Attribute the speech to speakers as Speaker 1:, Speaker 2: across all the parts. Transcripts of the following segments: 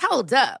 Speaker 1: Hold up.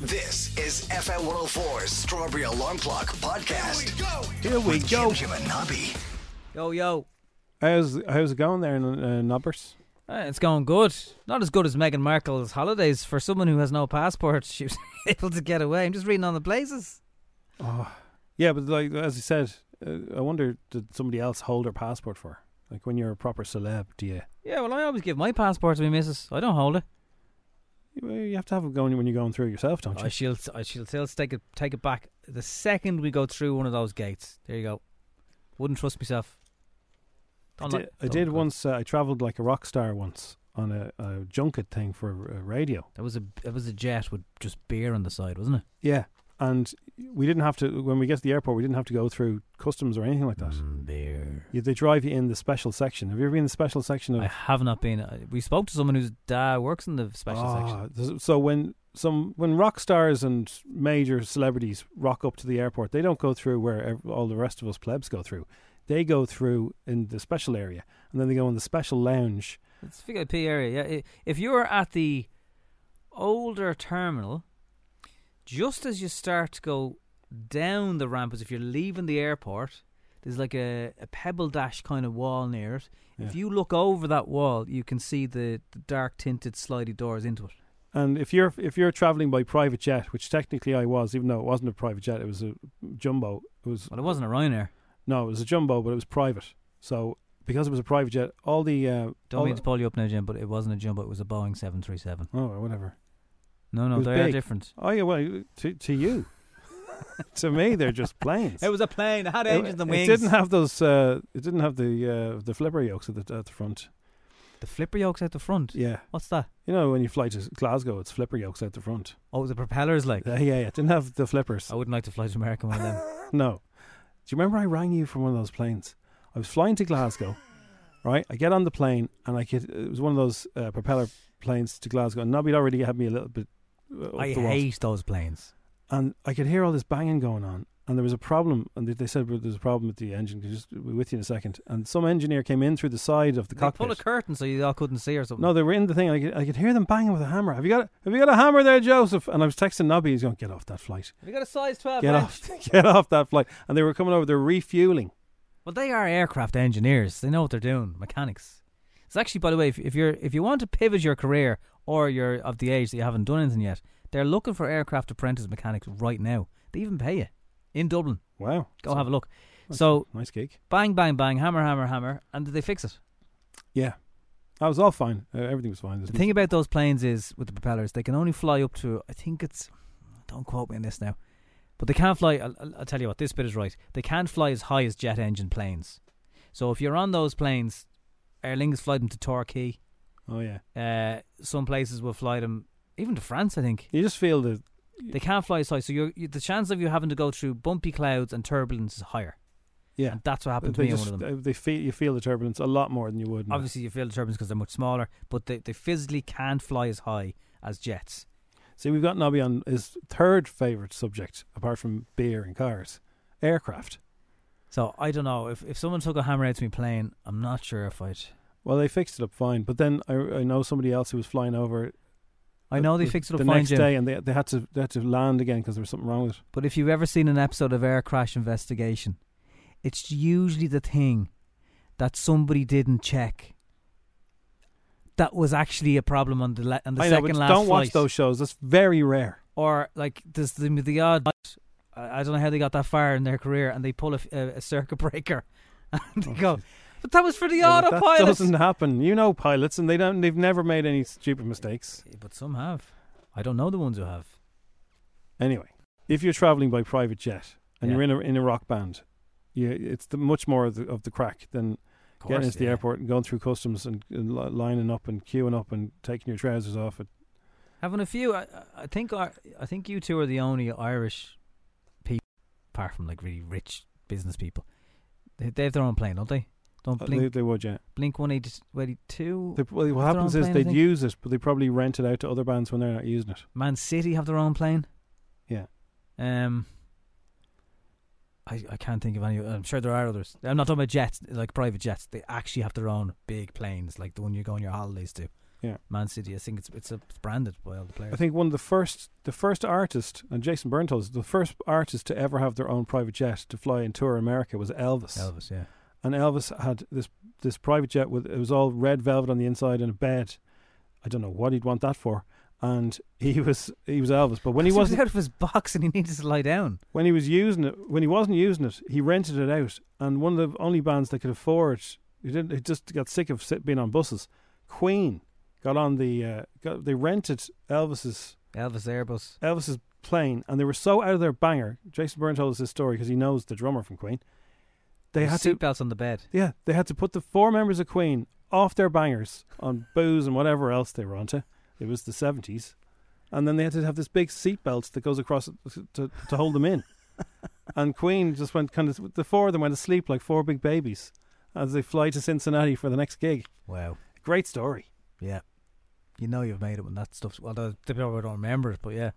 Speaker 2: This is FM 104's Strawberry Alarm Clock Podcast.
Speaker 3: Here we
Speaker 2: with
Speaker 3: go.
Speaker 2: Jim, Jim and Nobby.
Speaker 4: Yo, yo.
Speaker 3: How's how's it going there in uh, Nubbers?
Speaker 4: Uh, it's going good. Not as good as Meghan Markle's holidays. For someone who has no passport, she was able to get away. I'm just reading on the places. Oh.
Speaker 3: Yeah, but like as I said, uh, I wonder did somebody else hold her passport for? her? Like when you're a proper celeb, do you
Speaker 4: Yeah, well, I always give my passport to my missus. I don't hold it.
Speaker 3: you- you have to have it going when you're going through it yourself, don't you?
Speaker 4: I she'll, I she'll still take it, take it back the second we go through one of those gates. There you go. Wouldn't trust myself.
Speaker 3: I
Speaker 4: Don't
Speaker 3: did,
Speaker 4: like-
Speaker 3: I
Speaker 4: don't
Speaker 3: did
Speaker 4: like-
Speaker 3: once. Uh, I travelled like a rock star once on a, a junket thing for uh, radio.
Speaker 4: That was a that was a jet with just beer on the side, wasn't it?
Speaker 3: Yeah, and we didn't have to. When we get to the airport, we didn't have to go through customs or anything like that.
Speaker 4: Mm, Beer.
Speaker 3: You, they drive you in the special section. Have you ever been in the special section of
Speaker 4: I have not been. I- We spoke to someone whose dad works in the special section.
Speaker 3: Ah, th- So when some when rock stars and major celebrities rock up to the airport, they don't go through where ev- all the rest of us plebs go through. They go through in the special area, and then they go in the special lounge.
Speaker 4: It's VIP area. Yeah, I- if you're at the older terminal, just as you start to go down the ramp, as if you're leaving the airport, there's like a, a pebble dash kind of wall near it. If you look over that wall, you can see the, the dark tinted slidey doors into it.
Speaker 3: And if you're if you're traveling by private jet, which technically I was, even though it wasn't a private jet, it was a jumbo. It was
Speaker 4: Well, it wasn't a Ryanair.
Speaker 3: no, it was a jumbo, but it was private. So because it was a private jet, all the uh,
Speaker 4: Don't
Speaker 3: all
Speaker 4: mean to
Speaker 3: the-
Speaker 4: pull you up now, Jim, but it wasn't a jumbo. It was a Boeing seven three seven.
Speaker 3: oh whatever.
Speaker 4: No,
Speaker 3: It
Speaker 4: no,
Speaker 3: was
Speaker 4: they are
Speaker 3: big.
Speaker 4: different.
Speaker 3: Oh yeah, well to to you, to me they're just planes.
Speaker 4: It was a plane. It had engines and wings.
Speaker 3: It didn't have those. Uh, it didn't have the uh, the flipper yokes at the at the front.
Speaker 4: the flipper yokes out the front.
Speaker 3: Yeah,
Speaker 4: What's that?
Speaker 3: you know when you fly to Glasgow, it's flipper yokes at the front.
Speaker 4: Oh, the propellers like.
Speaker 3: Uh, yeah, yeah, it didn't have the flippers.
Speaker 4: I wouldn't like to fly to America one of them.
Speaker 3: No. Do you remember I rang you from one of those planes? I was flying to Glasgow, right? I get on the plane and I get it was one of those uh, propeller planes to Glasgow, and Nobby'd already had me a little bit. Uh, up
Speaker 4: I
Speaker 3: the walls.
Speaker 4: hate those planes.
Speaker 3: and I could hear all this banging going on. And there was a problem, and they, they said well, there's a problem with the engine. Could you Just be with you in a second. And some engineer came in through the side of the
Speaker 4: They
Speaker 3: cockpit.
Speaker 4: pull a curtain so you all couldn't see or something.
Speaker 3: No, they were in the thing. I could, I could hear them banging with a hammer. Have you got a, have you got a hammer there, Joseph? And I was texting Nobby. He's going, get off that flight.
Speaker 4: we got a size twelve.
Speaker 3: Get off, get off that flight. And they were coming over. They're refueling.
Speaker 4: Well, they are aircraft engineers. They know what they're doing. Mechanics. It's actually, by the way, if, if you're if you want to pivot your career or you're of the age that you haven't done anything yet, they're looking for aircraft apprentice mechanics right now. They even pay you in Dublin.
Speaker 3: Wow,
Speaker 4: Go have a look. So
Speaker 3: nice gig.
Speaker 4: bang, bang, bang, hammer, hammer, hammer, and did they fix it?
Speaker 3: Yeah, I was all fine. Uh, everything was fine.
Speaker 4: The thing about those planes is with the propellers, they can only fly up to I think it's don't quote me on this now, but they can't fly. I'll, I'll- I'll tell you what, this bit is right. They can't fly as high as jet engine planes. So if you're on those planes, Aer Lingus fly them to Torquay.
Speaker 3: oh yeah,
Speaker 4: Uh, some places will fly them even to France. I think
Speaker 3: you just feel the
Speaker 4: they can't fly as high. So you're, you, the chance of you having to go through bumpy clouds and turbulence is higher.
Speaker 3: yeah.
Speaker 4: And that's what happened to
Speaker 3: They
Speaker 4: me in
Speaker 3: just-
Speaker 4: one of them.
Speaker 3: uh, They feel you feel the turbulence a lot more than you would. in-
Speaker 4: Obviously, you feel the turbulence because they're much smaller, but they, they physically can't fly as high as jets.
Speaker 3: See, we've got Nobby on his third favorite subject apart from beer and cars, aircraft.
Speaker 4: So I don't know if if someone took a hammer out to me playing, I'm not sure if I'd.
Speaker 3: Well, they fixed it up fine, but then I, I know somebody else who was flying over.
Speaker 4: I
Speaker 3: the-
Speaker 4: know they
Speaker 3: the-
Speaker 4: fixed it up
Speaker 3: the
Speaker 4: fine,
Speaker 3: next
Speaker 4: Jim.
Speaker 3: day, and they they had to they had to land again because there was something wrong with it.
Speaker 4: But if you've ever seen an episode of Air Crash Investigation, it's usually the thing that somebody didn't check. That was actually a problem on the la- on the
Speaker 3: I know,
Speaker 4: second
Speaker 3: but
Speaker 4: last
Speaker 3: don't watch
Speaker 4: flight.
Speaker 3: those shows. That's very rare.
Speaker 4: or like there's the, the odd. I I don't know how they got that far in their career, and they pull a, f- a- a circuit breaker, and they go. But that was for the
Speaker 3: Oh, Yeah, but that
Speaker 4: autopilot.
Speaker 3: doesn't happen. You know pilots, and they don't. They've never made any stupid mistakes.
Speaker 4: But some have. I don't know the ones who have.
Speaker 3: Anyway, if you're traveling by private jet and
Speaker 4: Yeah.
Speaker 3: you're in a in a rock band, you, it's the, much more of the, of the crack than
Speaker 4: Of course,
Speaker 3: getting into the
Speaker 4: yeah.
Speaker 3: airport and going through customs and, and li- lining up and queuing up and taking your trousers off. It,
Speaker 4: Having a few, I, I think I, I think you two are the only Irish people, apart from like really rich business people. They, they have their own plane, don't they? Don't blink.
Speaker 3: Uh, they, they would, yeah.
Speaker 4: blink one eighty two.
Speaker 3: They, well, what
Speaker 4: Have their
Speaker 3: happens
Speaker 4: own
Speaker 3: is
Speaker 4: plane, I
Speaker 3: they'd
Speaker 4: think.
Speaker 3: use it, but they probably rent it out to other bands when they're not using it.
Speaker 4: Man City have their own plane.
Speaker 3: Yeah.
Speaker 4: Um. I, I can't think of any. I'm sure there are others. I'm not talking about jets, like private jets. They actually have their own big planes, like the one you go on your holidays to.
Speaker 3: Yeah.
Speaker 4: Man City. I think it's it's, a, it's branded by all the players.
Speaker 3: I think one of the first, the first artist, and Jason Byrne told us, the first artist to ever have their own private jet to fly and tour America was Elvis.
Speaker 4: Elvis. Yeah.
Speaker 3: And Elvis had this this private jet with it was all red velvet on the inside and a bed. I don't know what he'd want that for. And he was he was Elvis, but when he
Speaker 4: So
Speaker 3: wasn't
Speaker 4: out of his box and he needed to lie down.
Speaker 3: when he was using it, when he wasn't using it, he rented it out. And one of the only bands that could afford, he didn't. He just got sick of sit, being on buses. Queen got on the. Uh, got, they rented Elvis's
Speaker 4: Elvis Airbus.
Speaker 3: Elvis's plane, and they were so out of their banger. Jason Byrne told us this story because he knows the drummer from Queen. They had to.
Speaker 4: seatbelts on the bed.
Speaker 3: Yeah, they had to put the four members of Queen off their bangers on booze and whatever else they were onto. It was the seventies, and then they had to have this big seatbelt that goes across it to to hold them in. and Queen just went kind of the four of them went to sleep like four big babies as they fly to Cincinnati for the next gig.
Speaker 4: Wow.
Speaker 3: Great story.
Speaker 4: Yeah. You know you've made it when that stuff's. Well, uh, the the people don't remember it, but yeah.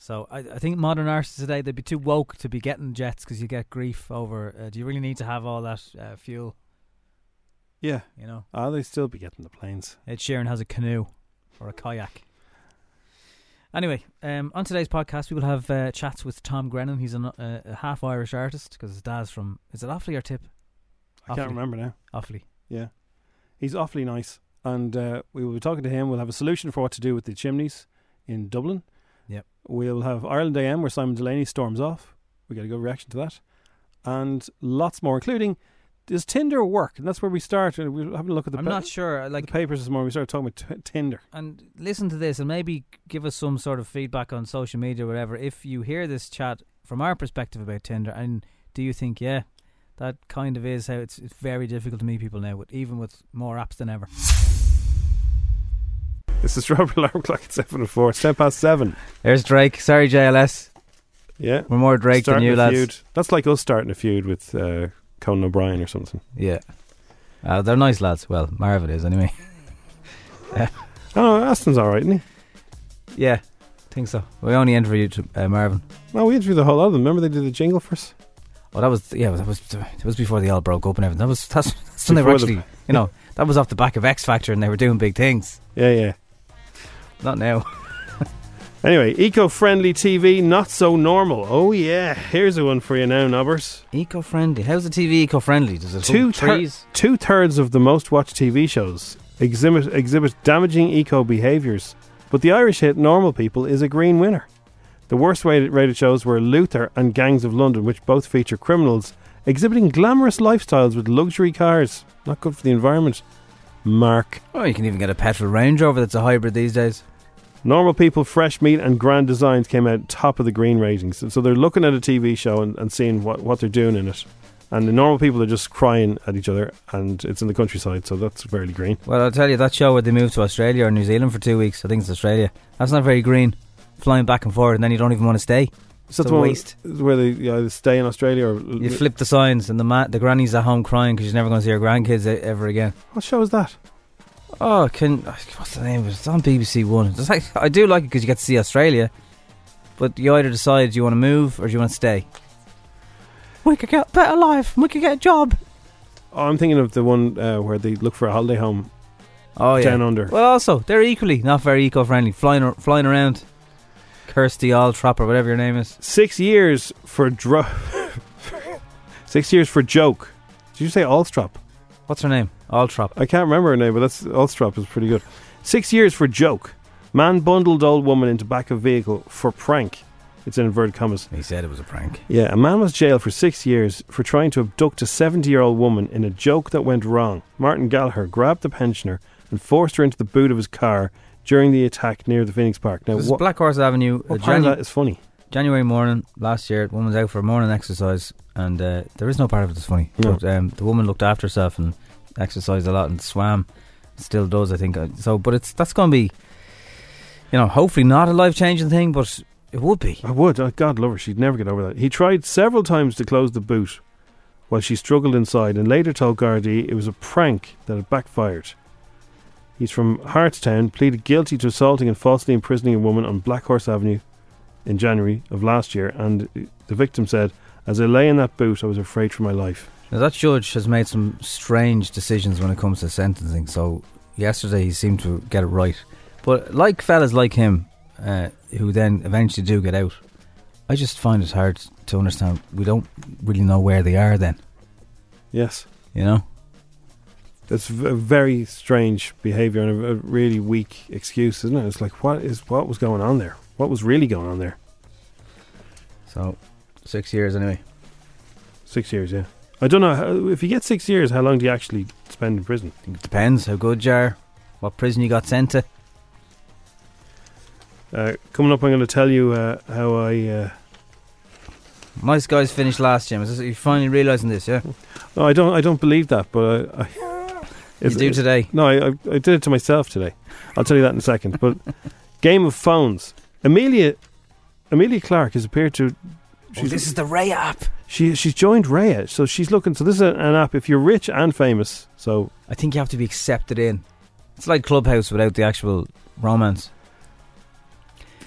Speaker 4: So I, I think modern artists today they'd be too woke to be getting jets because you get grief over. Uh, do you really need to have all that uh, fuel?
Speaker 3: Yeah,
Speaker 4: You know,
Speaker 3: ah, they still be getting the planes.
Speaker 4: Ed Sheeran has a canoe or a kayak. Anyway, um, on today's podcast we will have uh, chats with Tom Grennan. He's an, uh, a half Irish artist because his dad's from. Is it Offaly or Tip?
Speaker 3: I can't
Speaker 4: Offaly.
Speaker 3: remember now.
Speaker 4: Offaly.
Speaker 3: Yeah, he's awfully nice, and uh, we will be talking to him. We'll have a solution for what to do with the chimneys in Dublin.
Speaker 4: Yep.
Speaker 3: We'll have Ireland AM where Simon Delaney storms off. We get a good reaction to that, and lots more, including does Tinder work? And that's where we start. and We're having a look at the,
Speaker 4: I'm
Speaker 3: pa-
Speaker 4: not sure.
Speaker 3: the
Speaker 4: Like
Speaker 3: papers this morning. We started talking about t- Tinder.
Speaker 4: and listen to this and maybe give us some sort of feedback on social media or whatever if you hear this chat from our perspective about Tinder and do you think yeah that kind of is how it's, it's very difficult to meet people now with even with more apps than ever
Speaker 3: This is Robert Alarm Clock at seven and four. It's ten past seven.
Speaker 4: there's Drake sorry JLS
Speaker 3: Yeah.
Speaker 4: we're more Drake
Speaker 3: starting
Speaker 4: than you
Speaker 3: a
Speaker 4: lads
Speaker 3: feud. That's like us starting a feud with uh, Conan O'Brien or something.
Speaker 4: yeah uh, they're nice lads well Marvin is anyway
Speaker 3: Oh, Aston's all right, isn't
Speaker 4: yeah think so we only interviewed uh, Marvin
Speaker 3: he? No, we interviewed the whole lot of them. Remember they did the jingle for us?
Speaker 4: oh that was yeah that was that was before they all broke up and everything that was that's, that's when they were
Speaker 3: Before
Speaker 4: actually
Speaker 3: the-
Speaker 4: you know that was off the back of X Factor and they were doing big things
Speaker 3: Yeah, yeah.
Speaker 4: not now
Speaker 3: Anyway, eco-friendly TV, not so normal. Oh yeah, here's a one for you now, Nobbers.
Speaker 4: Eco-friendly. How's the TV eco-friendly? Does it
Speaker 3: Two
Speaker 4: hold
Speaker 3: thir-
Speaker 4: trees?
Speaker 3: Two thirds of the most watched TV shows exhibit exhibit damaging eco behaviours, but the Irish hit "Normal People" is a green winner. The worst rated, rated shows were Luther and Gangs of London, which both feature criminals exhibiting glamorous lifestyles with luxury cars. Not good for the environment. Mark.
Speaker 4: Oh, you can even get a petrol Range Rover that's a hybrid these days.
Speaker 3: Normal People, Fresh Meat, and Grand Designs came out top of the green ratings. And so they're looking at a TV show and, and seeing what, what they're doing in it. And the normal people are just crying at each other, and it's in the countryside, so that's fairly green.
Speaker 4: Well, I'll tell you, that show where they moved to Australia or New Zealand for two weeks, I think it's Australia, that's not very green. Flying back and forth, and then you don't even want to stay.
Speaker 3: So the
Speaker 4: It's a
Speaker 3: one
Speaker 4: waste.
Speaker 3: where they you know, they stay in Australia or
Speaker 4: You flip the signs, and the ma- the granny's at home crying because she's never going to see her grandkids e- ever again.
Speaker 3: what show is that?
Speaker 4: Oh, can what's the name of it? It's on BBC One. It's like, I do like it because you get to see Australia, but you either decide you want to move or do you want to stay.
Speaker 5: we could get a better life. We could get a job.
Speaker 3: Oh, I'm thinking of the one uh, where they look for a holiday home
Speaker 4: Oh yeah.
Speaker 3: down under.
Speaker 4: Well, also they're equally not very eco-friendly. Flying ar- flying around, Kirsty Alltrop or whatever your name is.
Speaker 3: Six years for dro. Six years for joke. Did you say Allstrop?
Speaker 4: What's her name? Alltrop.
Speaker 3: I can't remember her name, but that's Allstrop is pretty good. Six years for joke. Man bundled old woman into back of vehicle for prank. It's in inverted commas.
Speaker 4: He said it was a prank.
Speaker 3: Yeah, a man was jailed for six years for trying to abduct a 70 year old woman in a joke that went wrong. Martin Gallagher grabbed the pensioner and forced her into the boot of his car during the attack near the Phoenix Park. Now,
Speaker 4: This is
Speaker 3: what,
Speaker 4: Black Horse Avenue.
Speaker 3: what
Speaker 4: uh,
Speaker 3: part of
Speaker 4: Janu-
Speaker 3: that is funny?
Speaker 4: January morning last year, the woman's out for morning exercise, and uh, there is no part of it that's funny.
Speaker 3: No.
Speaker 4: But um, the woman looked after herself and exercised a lot and swam, still does, I think. Uh, So, but it's that's going to be, you know, hopefully not a life changing thing, but it would be.
Speaker 3: I would. Oh, God love her. She'd never get over that. He tried several times to close the boot while she struggled inside and later told Gardaí it was a prank that had backfired. He's from Hartstown, pleaded guilty to assaulting and falsely imprisoning a woman on Black Horse Avenue in January of last year. And uh, the victim said, As I lay in that boot, I was afraid for my life.
Speaker 4: Now, that judge has made some strange decisions when it comes to sentencing. So yesterday he seemed to get it right, but like fellas like him, uh, who then eventually do get out, I just find it hard to understand. We don't really know where they are then.
Speaker 3: Yes.
Speaker 4: You know,
Speaker 3: That's v- a very strange behaviour and a, a really weak excuse, isn't it? It's like, what is what was going on there? What was really going on there?
Speaker 4: so six years anyway.
Speaker 3: Six years, yeah. I don't know how, if you get six years. How long do you actually spend in prison?
Speaker 4: I think It depends how good you are, what prison you got sent to.
Speaker 3: Uh, coming up, I'm going to tell you uh, how I. Uh,
Speaker 4: Nice guys finished last, Jim. Is this, you finally realizing this? Yeah,
Speaker 3: no, I don't. I don't believe that, but I. I
Speaker 4: you do today.
Speaker 3: No, I, I, I did it to myself today. I'll tell you that in a second. But Game of Phones. Amelia, Amelia Clark has appeared to.
Speaker 4: Oh, this is the Ray app.
Speaker 3: She she's joined Raya, so she's looking. So this is an app. If you're rich and famous, so
Speaker 4: I think you have to be accepted in. It's like Clubhouse without the actual romance.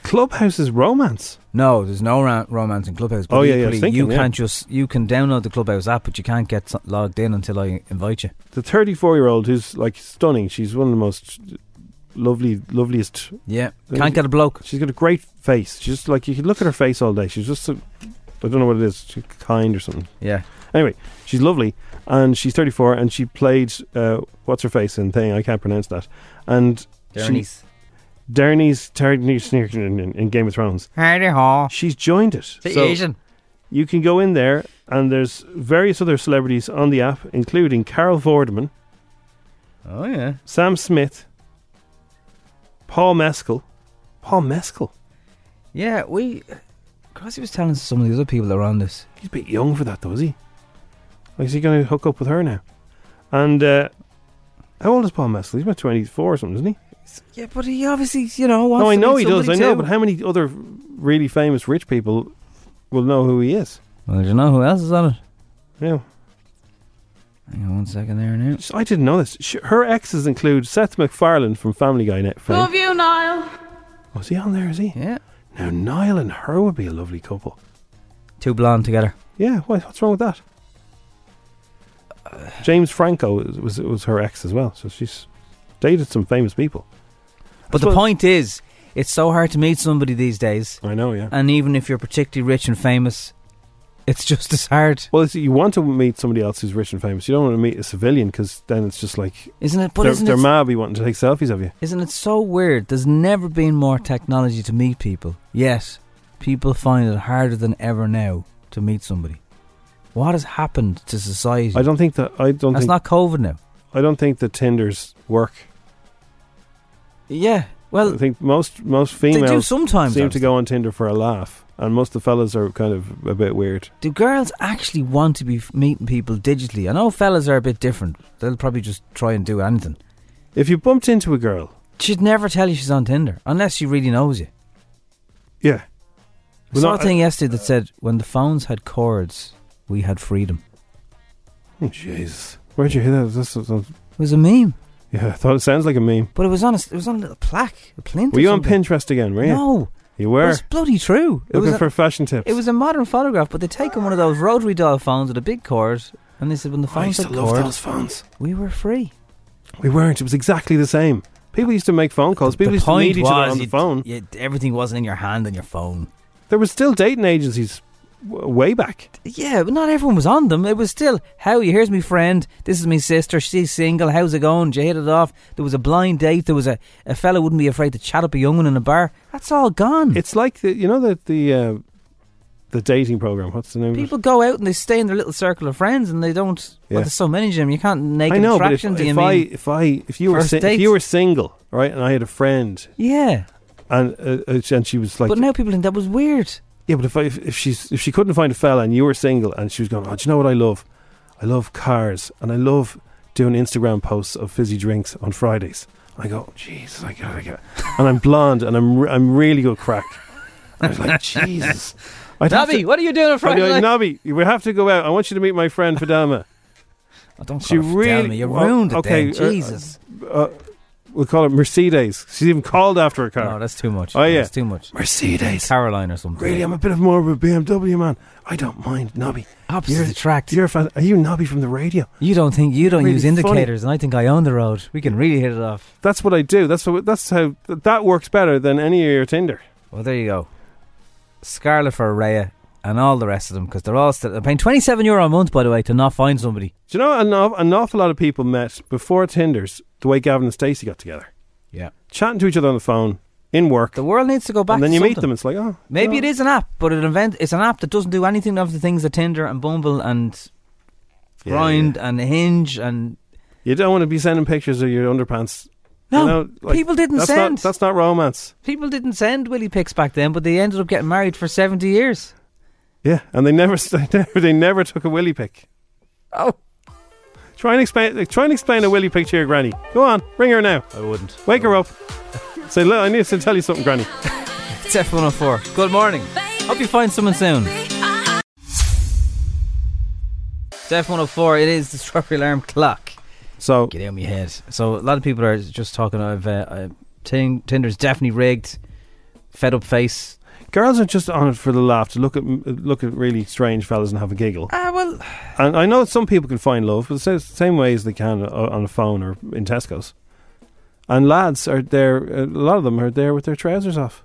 Speaker 3: Clubhouse is romance.
Speaker 4: No, there's no ra- romance in Clubhouse. But
Speaker 3: Oh, yeah, yeah, I was
Speaker 4: equally,
Speaker 3: thinking,
Speaker 4: you
Speaker 3: yeah.
Speaker 4: can't just you can download the Clubhouse app, but you can't get so- logged in until I invite you.
Speaker 3: The 34 year old who's like stunning. She's one of the most lovely, loveliest
Speaker 4: Yeah,
Speaker 3: There's-
Speaker 4: can't get a bloke.
Speaker 3: She's got a great face. She's just like you could look at her face all day. She's just, I I don't know what it is. She's kind or something.
Speaker 4: Yeah,
Speaker 3: Anyway, she's lovely, and she's 34, and she played uh, what's her face in thing. I can't pronounce that. And
Speaker 4: Journeys.
Speaker 3: she, Derny's Tarnish in, in- in Game of Thrones.
Speaker 4: Hardy Hall.
Speaker 3: She's joined it.
Speaker 4: The
Speaker 3: So
Speaker 4: Asian.
Speaker 3: you can go in there, and there's various other celebrities on the app, including Carol Vorderman,
Speaker 4: Oh yeah.
Speaker 3: Sam Smith, Paul Mescal. Paul Mescal.
Speaker 4: Yeah, we. Crossy was telling some of the other people that were on this.
Speaker 3: He's a bit young for that, though, is he? Like, is he going to hook up with her now? And uh, how old is Paul Mescal? He's about 24 or something, isn't he?
Speaker 4: Yeah, but he obviously, you know, wants
Speaker 3: No, I
Speaker 4: to
Speaker 3: know
Speaker 4: meet
Speaker 3: he does. I
Speaker 4: somebody
Speaker 3: know,
Speaker 4: too.
Speaker 3: but how many other really famous rich people will know who he is?
Speaker 4: Well, do you know who else is on it?
Speaker 3: Yeah.
Speaker 4: Hang on one second there now.
Speaker 3: So I didn't know this. Sh her exes include Seth MacFarlane from Family Guy. Net fame.
Speaker 6: Love you, Niall.
Speaker 3: Was he on there? Is he?
Speaker 4: Yeah,
Speaker 3: Now, Niall and her would be a lovely couple.
Speaker 4: two blonde together.
Speaker 3: Yeah, why, what's wrong with that? James Franco was, was was her ex as well, so she's dated some famous people.
Speaker 4: But the
Speaker 3: suppose-
Speaker 4: point is, it's so hard to meet somebody these days.
Speaker 3: I know, yeah.
Speaker 4: and even if you're particularly rich and famous, it's just as hard,
Speaker 3: Well, it's, you want to meet somebody else who's rich and famous. You don't want to meet a civilian because then it's just like
Speaker 4: isn't it? But
Speaker 3: they're,
Speaker 4: isn't
Speaker 3: they're
Speaker 4: it?
Speaker 3: mad be wanting to take selfies of you.
Speaker 4: isn't it so weird? There's never been more technology to meet people. Yet, people find it harder than ever now to meet somebody. What has happened to society?
Speaker 3: I don't think that I don't
Speaker 4: That's
Speaker 3: think
Speaker 4: not COVID now.
Speaker 3: I don't think that Tinder's work.
Speaker 4: Yeah.
Speaker 3: I
Speaker 4: Well,
Speaker 3: think most most
Speaker 4: they do
Speaker 3: females
Speaker 4: sometimes.
Speaker 3: seem to
Speaker 4: obviously.
Speaker 3: go on Tinder for a laugh, and most of the fellas are kind of a bit weird.
Speaker 4: Do girls actually want to be f- meeting people digitally? I know fellas are a bit different. They'll probably just try and do anything.
Speaker 3: If you bumped into a girl,
Speaker 4: She'd never tell you she's on Tinder unless she really knows you.
Speaker 3: yeah,
Speaker 4: I
Speaker 3: Well, no,
Speaker 4: saw a thing yesterday that said when the phones had cords, we had freedom.
Speaker 3: Oh, jeez, where'd you hear that? This is- uh,
Speaker 4: It was a meme,
Speaker 3: yeah, I thought it sounds like a meme.
Speaker 4: but it was on a it was on a little plaque, a plinth.
Speaker 3: Were
Speaker 4: or
Speaker 3: you on
Speaker 4: something.
Speaker 3: Pinterest again? Were you?
Speaker 4: No,
Speaker 3: You
Speaker 4: But
Speaker 3: were
Speaker 4: It's bloody true. It was,
Speaker 3: looking
Speaker 4: a,
Speaker 3: for fashion tips.
Speaker 4: it was a modern photograph, but they'd taken one of those rotary dial phones with a big cord, and they said when the
Speaker 3: I
Speaker 4: phone
Speaker 3: used
Speaker 4: said
Speaker 3: to love
Speaker 4: cord,
Speaker 3: those phones.
Speaker 4: we were free.
Speaker 3: We weren't. It was exactly the same. People used to make phone calls. People
Speaker 4: the
Speaker 3: used to meet
Speaker 4: point
Speaker 3: each
Speaker 4: was,
Speaker 3: other on the
Speaker 4: you'd-
Speaker 3: phone.
Speaker 4: you'd- everything wasn't in your hand on your phone.
Speaker 3: There were still dating agencies w- way back.
Speaker 4: Yeah, but not everyone was on them. It was still, how you here's me friend, this is me sister, she's single, how's it going? Did you hit it off? There was a blind date, there was a, a fella wouldn't be afraid to chat up a young one in a bar. That's all gone.
Speaker 3: It's like the, you know the the uh, the dating program. What's the name?
Speaker 4: People go out and they stay in their little circle of friends and they don't
Speaker 3: Yeah.
Speaker 4: well there's so many of them, you can't
Speaker 3: of
Speaker 4: make
Speaker 3: it? I
Speaker 4: an
Speaker 3: know, but if,
Speaker 4: attraction, do you
Speaker 3: if I
Speaker 4: mean?
Speaker 3: if I if you were
Speaker 4: First
Speaker 3: si- if
Speaker 4: dates.
Speaker 3: you were single, right, and I had a friend,
Speaker 4: yeah.
Speaker 3: and uh, uh, and she was like,
Speaker 4: but now people think that was weird.
Speaker 3: yeah, but if I, if, if she's if she couldn't find a fella and you were single and she was going, oh, do you know what I love? I love cars and I love doing Instagram posts of fizzy drinks on Fridays. I go, Jesus, I gotta get, and I'm blonde and I'm re- I'm really good crack. I was like, Jesus, I'd have
Speaker 4: Nobby,
Speaker 3: to-
Speaker 4: what are you doing on
Speaker 3: I'd be
Speaker 4: Friday
Speaker 3: like,
Speaker 4: night?
Speaker 3: Nobby, we have to go out. I want you to meet my friend Fadama.
Speaker 4: Oh, don't
Speaker 3: She
Speaker 4: call her
Speaker 3: really-
Speaker 4: me. You
Speaker 3: well,
Speaker 4: ruined it
Speaker 3: okay,
Speaker 4: then.
Speaker 3: uh, uh,
Speaker 4: Jesus.
Speaker 3: Uh, we'll call it Mercedes. She's even called after a
Speaker 4: No,
Speaker 3: car.
Speaker 4: that's too much.
Speaker 3: Oh, yeah.
Speaker 4: That's too much.
Speaker 3: Mercedes.
Speaker 4: Caroline or something.
Speaker 3: Really, I'm a bit of more of a BMW man. I don't mind Nobby.
Speaker 4: Opposite
Speaker 3: You're-
Speaker 4: attract.
Speaker 3: You're a fan. Are you Nobby from the radio?
Speaker 4: You don't think you don't
Speaker 3: Really
Speaker 4: use
Speaker 3: funny.
Speaker 4: indicators, and I think I own the road. We can really hit it off.
Speaker 3: That's what I do. That's what. That's how. That works better than any of your Tinder.
Speaker 4: Well, there you go. Scarlet for Raya and all the rest of them because they're all still they're paying twenty seven euro a month by the way to not find somebody.
Speaker 3: Do you know an, aw- an awful lot of people met before Tinder's the way Gavin and Stacey got together,
Speaker 4: Yeah,
Speaker 3: chatting to each other on the phone in work,
Speaker 4: the world needs to go back.
Speaker 3: and then
Speaker 4: to
Speaker 3: you meet
Speaker 4: something.
Speaker 3: them. It's like, oh,
Speaker 4: Maybe
Speaker 3: no.
Speaker 4: it is an app, but it invent it's an app that doesn't do anything of the things that Tinder and Bumble and
Speaker 3: Yeah,
Speaker 4: Grind and Hinge and
Speaker 3: You don't want to be sending pictures of your underpants.
Speaker 4: no
Speaker 3: you know, like,
Speaker 4: people didn't
Speaker 3: that's
Speaker 4: send.
Speaker 3: Not, that's not romance.
Speaker 4: people didn't send Willy pics back then, but they ended up getting married for seventy years.
Speaker 3: Yeah, and they never, they never, they never took a willy pick.
Speaker 4: Oh,
Speaker 3: Try and explain. Try and explain a willy pick to your granny. Go on, ring her now.
Speaker 4: I wouldn't.
Speaker 3: Wake her up. Say, look, I need to tell you something, granny.
Speaker 4: It's F one hundred four. Good morning. Hope you find someone soon. It's F104, it is the strawberry alarm clock.
Speaker 3: So
Speaker 4: Get out of my head. So, a lot of people are just talking of uh, uh, tin- Tinder's definitely rigged, fed up face.
Speaker 3: girls are just on it for the laugh to look at look at really strange fellas and have a giggle.
Speaker 4: Ah, well,
Speaker 3: And I know some people can find love, but the sa- same way as they can o- on a phone or in Tesco's. And lads are there. uh, A lot of them are there with their trousers off.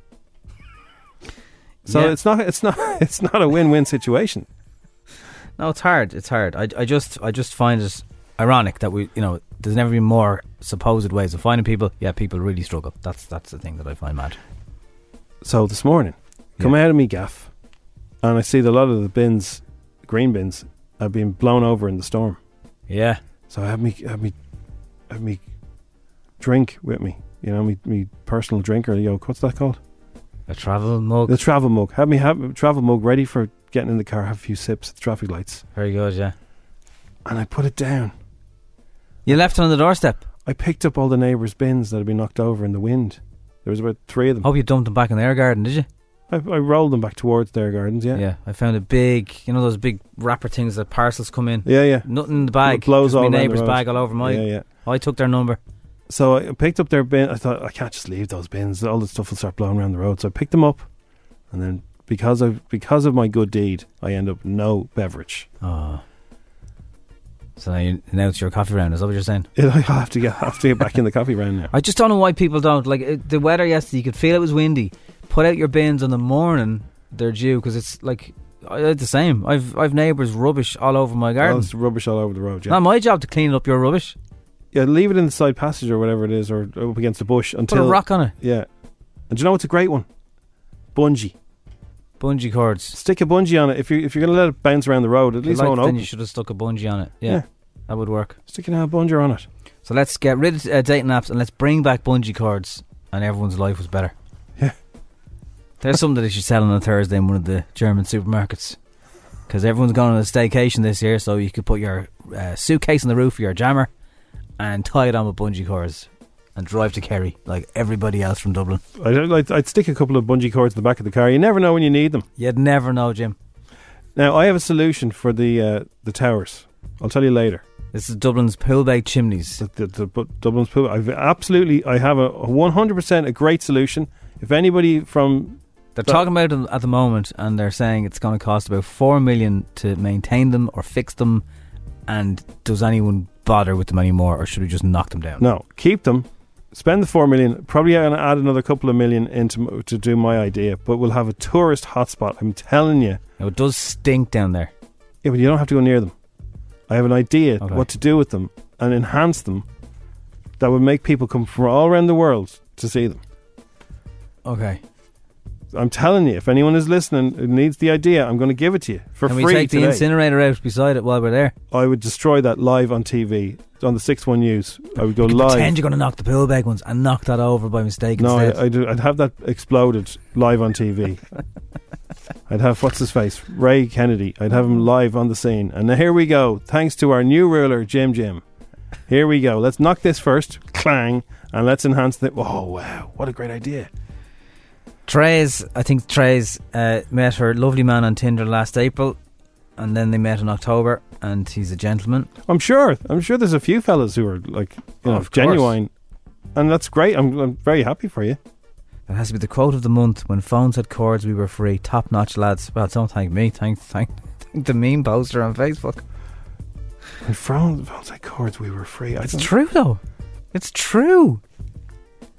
Speaker 3: So
Speaker 4: Yeah.
Speaker 3: it's not it's not it's not a win win situation.
Speaker 4: no, it's hard. It's hard. I, I just I just find it ironic that we, you know, there's never been more supposed ways of finding people. Yeah, people really struggle. That's that's the thing that I find mad.
Speaker 3: So this morning, come out of me gaff, and I see that a lot of the bins, green bins, have been blown over in the storm.
Speaker 4: Yeah.
Speaker 3: So I had me, had me, had me drink with me. You know, me, me personal drinker. Yo, what's that called?
Speaker 4: A travel mug.
Speaker 3: The travel mug. Had me have travel mug ready for getting in the car, have a few sips at the traffic lights,
Speaker 4: Very good, yeah.
Speaker 3: and I put it down.
Speaker 4: You left it on the doorstep.
Speaker 3: I picked up all the neighbours' bins that had been knocked over in the wind. There was about three of them.
Speaker 4: Hope you dumped them back in the air garden, did you?
Speaker 3: I, I rolled them back towards their gardens. Yeah,
Speaker 4: Yeah, I found a big, you know, those big wrapper things that parcels come in.
Speaker 3: yeah, yeah.
Speaker 4: Nothing in the bag.
Speaker 3: It blows
Speaker 4: just
Speaker 3: all
Speaker 4: my
Speaker 3: around the
Speaker 4: neighbour's
Speaker 3: road.
Speaker 4: bag all over mine.
Speaker 3: yeah, yeah.
Speaker 4: I took their number.
Speaker 3: So I picked up their bin. I thought I can't just leave those bins. All the stuff will start blowing around the road. So I picked them up, and then because of because of my good deed, I end up no beverage.
Speaker 4: Oh. So now, you, now it's your coffee round. Is that what you're saying?
Speaker 3: I'll have to get have to get back in the coffee round now.
Speaker 4: I just don't know why people don't like it, the weather yesterday. You could feel it was windy. Put out your bins in the morning. They're due because it's like I, it's the same. I've I've neighbours rubbish all over my
Speaker 3: All
Speaker 4: garden.
Speaker 3: this rubbish all over the road. Yeah.
Speaker 4: Not my job to clean up your rubbish.
Speaker 3: yeah, leave it in the side passage or whatever it is, or up against the bush
Speaker 4: Put
Speaker 3: until
Speaker 4: a rock on it.
Speaker 3: Yeah, and do you know what's a great one? Bungee.
Speaker 4: Bungee cords.
Speaker 3: Stick a bungee on it. If you if you're gonna let it bounce around the road, at least
Speaker 4: Like,
Speaker 3: one
Speaker 4: then
Speaker 3: open.
Speaker 4: you should have stuck a bungee on it.
Speaker 3: Yeah.
Speaker 4: yeah. that would work.
Speaker 3: Stick a bungee on it.
Speaker 4: So let's get rid of uh, dating apps and let's bring back bungee cords, and everyone's life was better.
Speaker 3: Yeah.
Speaker 4: There's something that they should sell on a Thursday in one of the German supermarkets. Because everyone's gone on a staycation this year, so you could put your uh, suitcase on the roof of your jammer and tie it on with bungee cords and drive to Kerry like everybody else from Dublin.
Speaker 3: I don't like. I'd stick a couple of bungee cords in the back of the car. You never know when you need them.
Speaker 4: You'd never know, Jim.
Speaker 3: Now I have a solution for the uh, the towers. I'll tell you later.
Speaker 4: This is Dublin's pool bay chimneys.
Speaker 3: The, the, the Bu- Dublin's pool. I've absolutely. I have a one hundred percent a great solution. If anybody from
Speaker 4: They're
Speaker 3: But-
Speaker 4: talking about them at the moment, and they're saying it's going to cost about four million to maintain them or fix them. And does anyone bother with them anymore, or should we just knock them down?
Speaker 3: No, keep them. Spend the four million. Probably gonna add another couple of million into m- to do my idea, but we'll have a tourist hotspot. I'm telling you.
Speaker 4: Now, it does stink down there.
Speaker 3: Yeah, but you don't have to go near them. I have an idea
Speaker 4: Okay.
Speaker 3: what to do with them and enhance them. That would make people come from all around the world to see them.
Speaker 4: Okay.
Speaker 3: I'm telling you, if anyone is listening who needs the idea, I'm going to give it to you for
Speaker 4: Can
Speaker 3: free
Speaker 4: we take
Speaker 3: today.
Speaker 4: the incinerator out beside it while we're there?
Speaker 3: I would destroy that live on TV on the six one news. I would go
Speaker 4: You
Speaker 3: live.
Speaker 4: Pretend you're going to knock the pool bag ones and knock that over by mistake
Speaker 3: No,
Speaker 4: instead.
Speaker 3: I, I'd, I'd have that exploded live on TV. I'd have what's his face, Ray Kennedy. I'd have
Speaker 4: Oh.
Speaker 3: him live on the scene. And here we go. Thanks to our new ruler, Jim Jim. Here we go. Let's knock this first, clang, and let's enhance the. Oh wow, what a great idea!
Speaker 4: Trey's, I think Trey's uh, met her lovely man on Tinder last April, and then they met in October, and he's a gentleman.
Speaker 3: I'm sure. I'm sure there's a few fellas who are like, you
Speaker 4: Oh,
Speaker 3: know,
Speaker 4: of course.
Speaker 3: genuine, and that's great. I'm, I'm very happy for you.
Speaker 4: That has to be the quote of the month. When phones had cords, we were free. Top notch lads. Well, don't thank me. Thank, thank, thank the meme poster on Facebook.
Speaker 3: And from like chords, we were free. I
Speaker 4: It's
Speaker 3: don't-
Speaker 4: true though. It's true.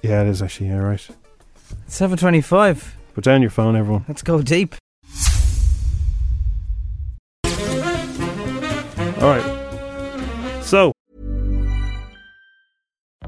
Speaker 3: yeah, it is actually. Yeah, right.
Speaker 4: Seven twenty-five.
Speaker 3: Put down your phone, everyone.
Speaker 4: Let's go deep.
Speaker 3: All right. So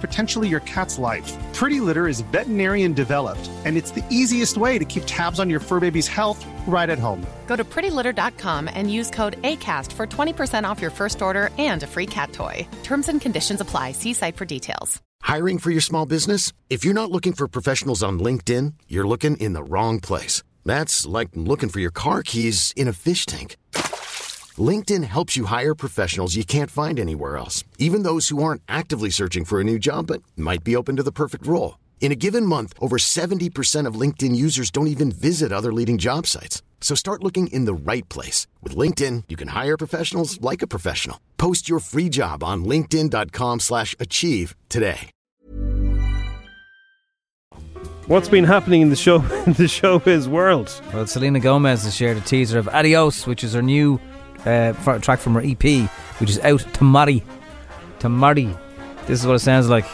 Speaker 7: potentially your cat's life. Pretty Litter is veterinarian developed, and it's the easiest way to keep tabs on your fur baby's health right at home.
Speaker 8: Go to prettylitter.com and use code ACAST for 20% off your first order and a free cat toy. Terms and conditions apply. See site for details.
Speaker 9: Hiring for your small business? If you're not looking for professionals on LinkedIn, you're looking in the wrong place. That's like looking for your car keys in a fish tank. LinkedIn helps you hire professionals you can't find anywhere else, even those who aren't actively searching for a new job but might be open to the perfect role. In a given month, over 70% of LinkedIn users don't even visit other leading job sites. So start looking in the right place. With LinkedIn, you can hire professionals like a professional. Post your free job on linkedin.com/achieve slash achieve today.
Speaker 3: What's been happening in the show in the showbiz world?
Speaker 4: Well, Selena Gomez has shared a teaser of Adios, which is her new uh, fr- track from her EP, which is out tomorrow. Tomorrow. This is what it sounds like.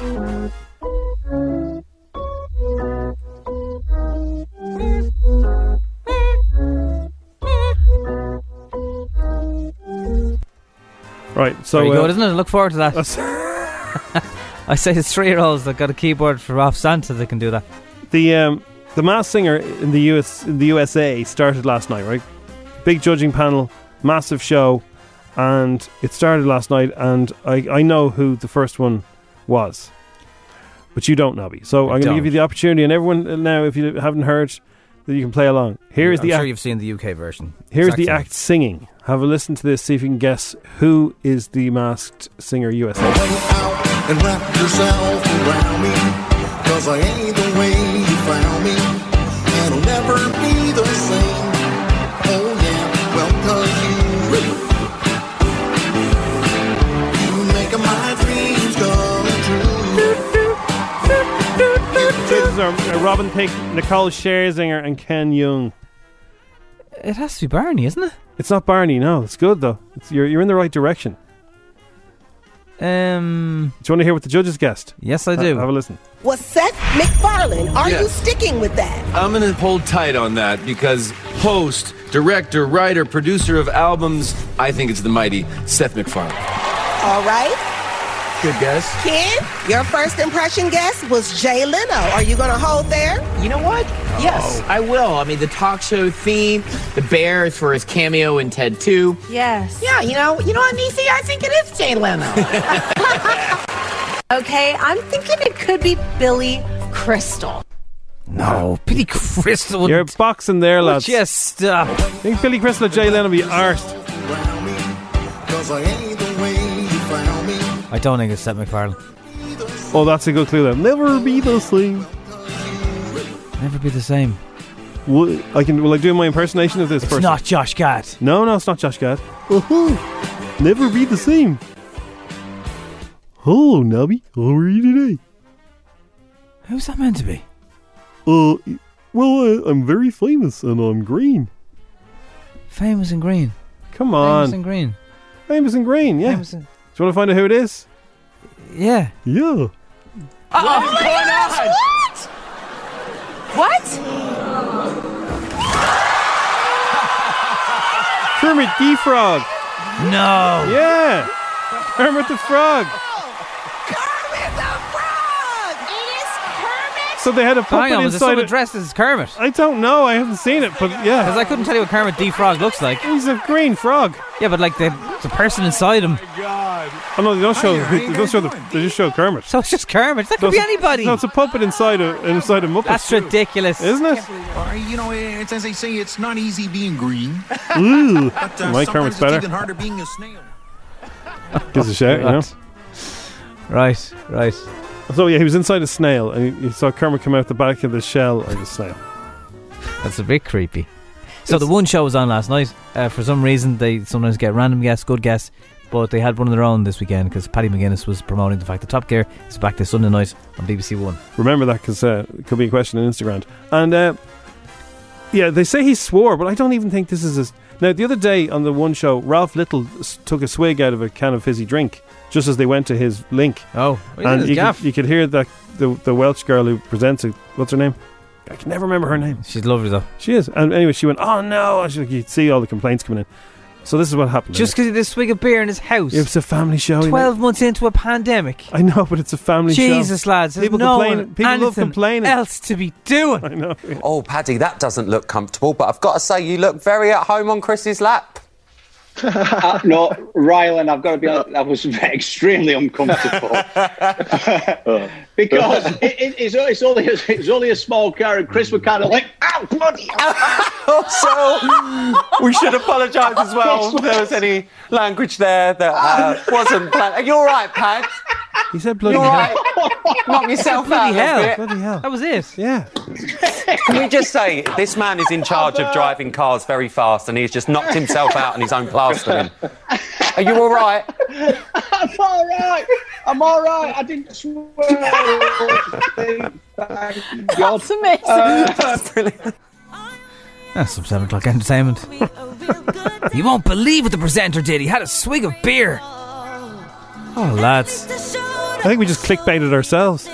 Speaker 3: Right, so
Speaker 4: there you
Speaker 3: uh,
Speaker 4: go, isn't it? Look forward to that.
Speaker 3: that's-
Speaker 4: I say it's three year olds that got a keyboard for Ralph Santa that can do that.
Speaker 3: the um, the Mass Singer in the US in the USA started last night, right? Big judging panel, massive show, and it started last night. And I, I know who the first one was, but you don't, Nobby. So
Speaker 4: I
Speaker 3: I am going to
Speaker 4: don't.
Speaker 3: give you the opportunity, and everyone uh, now, if you haven't heard, that you can play along. Here is
Speaker 4: I'm
Speaker 3: the
Speaker 4: sure
Speaker 3: act,
Speaker 4: you've seen the UK version.
Speaker 3: here's
Speaker 4: Exact
Speaker 3: the
Speaker 4: same.
Speaker 3: act singing. Have a listen to this. See if you can guess who is the Masked Singer USA.
Speaker 9: and wrap yourself around me. Cause I ain't the way you found me. And I'll never be the same. Oh yeah, well, cause you really You make my dreams come true.
Speaker 3: This is our, uh, Robin Thicke, Nicole Scherzinger, and Ken Young.
Speaker 4: It has to be Barney, isn't it?
Speaker 3: It's not Barney, no. It's good though. It's, you're you're in the right direction.
Speaker 4: Um,
Speaker 3: Do you want to hear what the judges guessed?
Speaker 4: yes, I
Speaker 3: Ha-
Speaker 4: do.
Speaker 3: Have a listen.
Speaker 5: Was Seth MacFarlane? Are
Speaker 7: you Yes.
Speaker 5: sticking with that?
Speaker 7: I'm going to hold tight on that because host, director, writer, producer of albums, I think it's the mighty Seth MacFarlane.
Speaker 5: All right.
Speaker 7: Good guess.
Speaker 5: Ken, your first impression guess was Jay Leno. Are you going to hold there?
Speaker 7: You know what? Yes, I will. I mean, the talk show theme, the bear is for his cameo in Ted 2.
Speaker 6: Yes.
Speaker 5: Yeah, you know, you know what, Nisi? I think it is Jay Leno.
Speaker 6: Okay, I'm thinking it could be Billy Crystal.
Speaker 4: No, Billy Crystal. would-
Speaker 3: You're boxing there,
Speaker 4: would
Speaker 3: lads.
Speaker 4: you stop.
Speaker 3: I think Billy Crystal and Jay Leno be arsed.
Speaker 10: Cause I ain't the way you found me.
Speaker 4: I don't think it's Seth MacFarlane.
Speaker 3: Oh, that's a good clue. Then never be the same.
Speaker 4: Never be the same.
Speaker 3: Will, I can. Will I do my impersonation of this
Speaker 4: It's
Speaker 3: person?
Speaker 4: not Josh Gad.
Speaker 3: No, no, it's not Josh Gad. Woohoo! Never be the same. Hello, Nubby. How are you today?
Speaker 4: Who's that meant to be?
Speaker 3: Uh, well, uh, I'm very famous and I'm green.
Speaker 4: Famous and green.
Speaker 3: Come on.
Speaker 4: Famous and green.
Speaker 3: Famous and green, yeah.
Speaker 4: Famous and-
Speaker 3: Do you want to find out who it is?
Speaker 4: Yeah.
Speaker 3: Yeah. Kermit the Frog.
Speaker 4: No.
Speaker 3: Yeah. Kermit the Frog. So they had a puppet
Speaker 4: Hang on, was
Speaker 3: inside.
Speaker 4: there someone
Speaker 3: it.
Speaker 4: dressed as Kermit?
Speaker 3: I don't know. I haven't seen it, but yeah,
Speaker 4: Because I couldn't tell you what Kermit D Frog looks like.
Speaker 3: he's a green frog.
Speaker 4: Yeah, but like the, the person inside him.
Speaker 3: Oh no, they don't show. They don't show the. They just show Kermit.
Speaker 4: So it's just Kermit. That
Speaker 3: No,
Speaker 4: could be
Speaker 3: it's-
Speaker 4: anybody.
Speaker 3: No, it's a puppet inside a inside a Muppet.
Speaker 4: That's ridiculous.
Speaker 3: isn't it?
Speaker 10: You know, it's as they say, it's not easy being green.
Speaker 3: Ooh,
Speaker 10: But, uh,
Speaker 3: my
Speaker 10: sometimes
Speaker 3: Kermit's
Speaker 10: it's
Speaker 3: better.
Speaker 10: even harder being a snail.
Speaker 3: Gives a shout, you know.
Speaker 4: Right, right.
Speaker 3: So yeah, he was inside a snail, and he, he saw Kermit come out the back of the shell of the snail.
Speaker 4: That's a bit creepy. So the one show was on last night. Uh, for some reason, they sometimes get random guests, good guests, but they had one of their own this weekend because Paddy McGuinness was promoting the fact that Top Gear is back this Sunday night on BBC One.
Speaker 3: Remember that because uh, it could be a question on Instagram. And uh, yeah, they say he swore, but I don't even think this is his. Now, the other day on the one show, Ralph Little s- took a swig out of a can of fizzy drink just as they went to his link.
Speaker 4: Oh,
Speaker 3: and you could, you could hear that the, the Welsh girl who presents it, what's her name? I can never remember her name.
Speaker 4: She's lovely though.
Speaker 3: She is. And anyway, she went, oh no. And she, you could see all the complaints coming in. So this is what happened.
Speaker 4: Just because he did a swig of beer in his house,
Speaker 3: It was a family show. you know.
Speaker 4: twelve months into a pandemic.
Speaker 3: I know, but it's a family show.
Speaker 4: Jesus, lads, there's
Speaker 3: People
Speaker 4: no
Speaker 3: complain-
Speaker 4: one
Speaker 3: people love
Speaker 4: anything
Speaker 3: complaining.
Speaker 4: Else to be doing.
Speaker 3: I know. yeah.
Speaker 11: Oh, Paddy, that doesn't look comfortable, but I've got to say, you look very at home on Chris's lap.
Speaker 12: Uh, no, Rylan, I've got to be honest, that was extremely uncomfortable because it, it, it's, o- it's only a, it's only a small car, and Chris were kind of like, "Ow, bloody!"
Speaker 11: also, we should apologise as well if there was any language there that uh, wasn't planned. You're right, Pad.
Speaker 3: He said bloody
Speaker 11: You're
Speaker 3: hell.
Speaker 11: right. Knock yourself out.
Speaker 4: Bloody
Speaker 11: a
Speaker 4: hell!
Speaker 11: bit.
Speaker 3: Bloody hell.
Speaker 4: That was it.
Speaker 3: Yeah.
Speaker 11: Can we just say this man is in charge of driving cars very fast, and he's just knocked himself out on his own plastering. Are you all right?
Speaker 12: I'm all right. I'm all right. I didn't swear. Thank God. Uh,
Speaker 11: That's brilliant.
Speaker 4: That's some seven o'clock entertainment. you won't believe what the presenter did. He had a swig of beer. Oh, lads.
Speaker 3: I think we just clickbaited ourselves.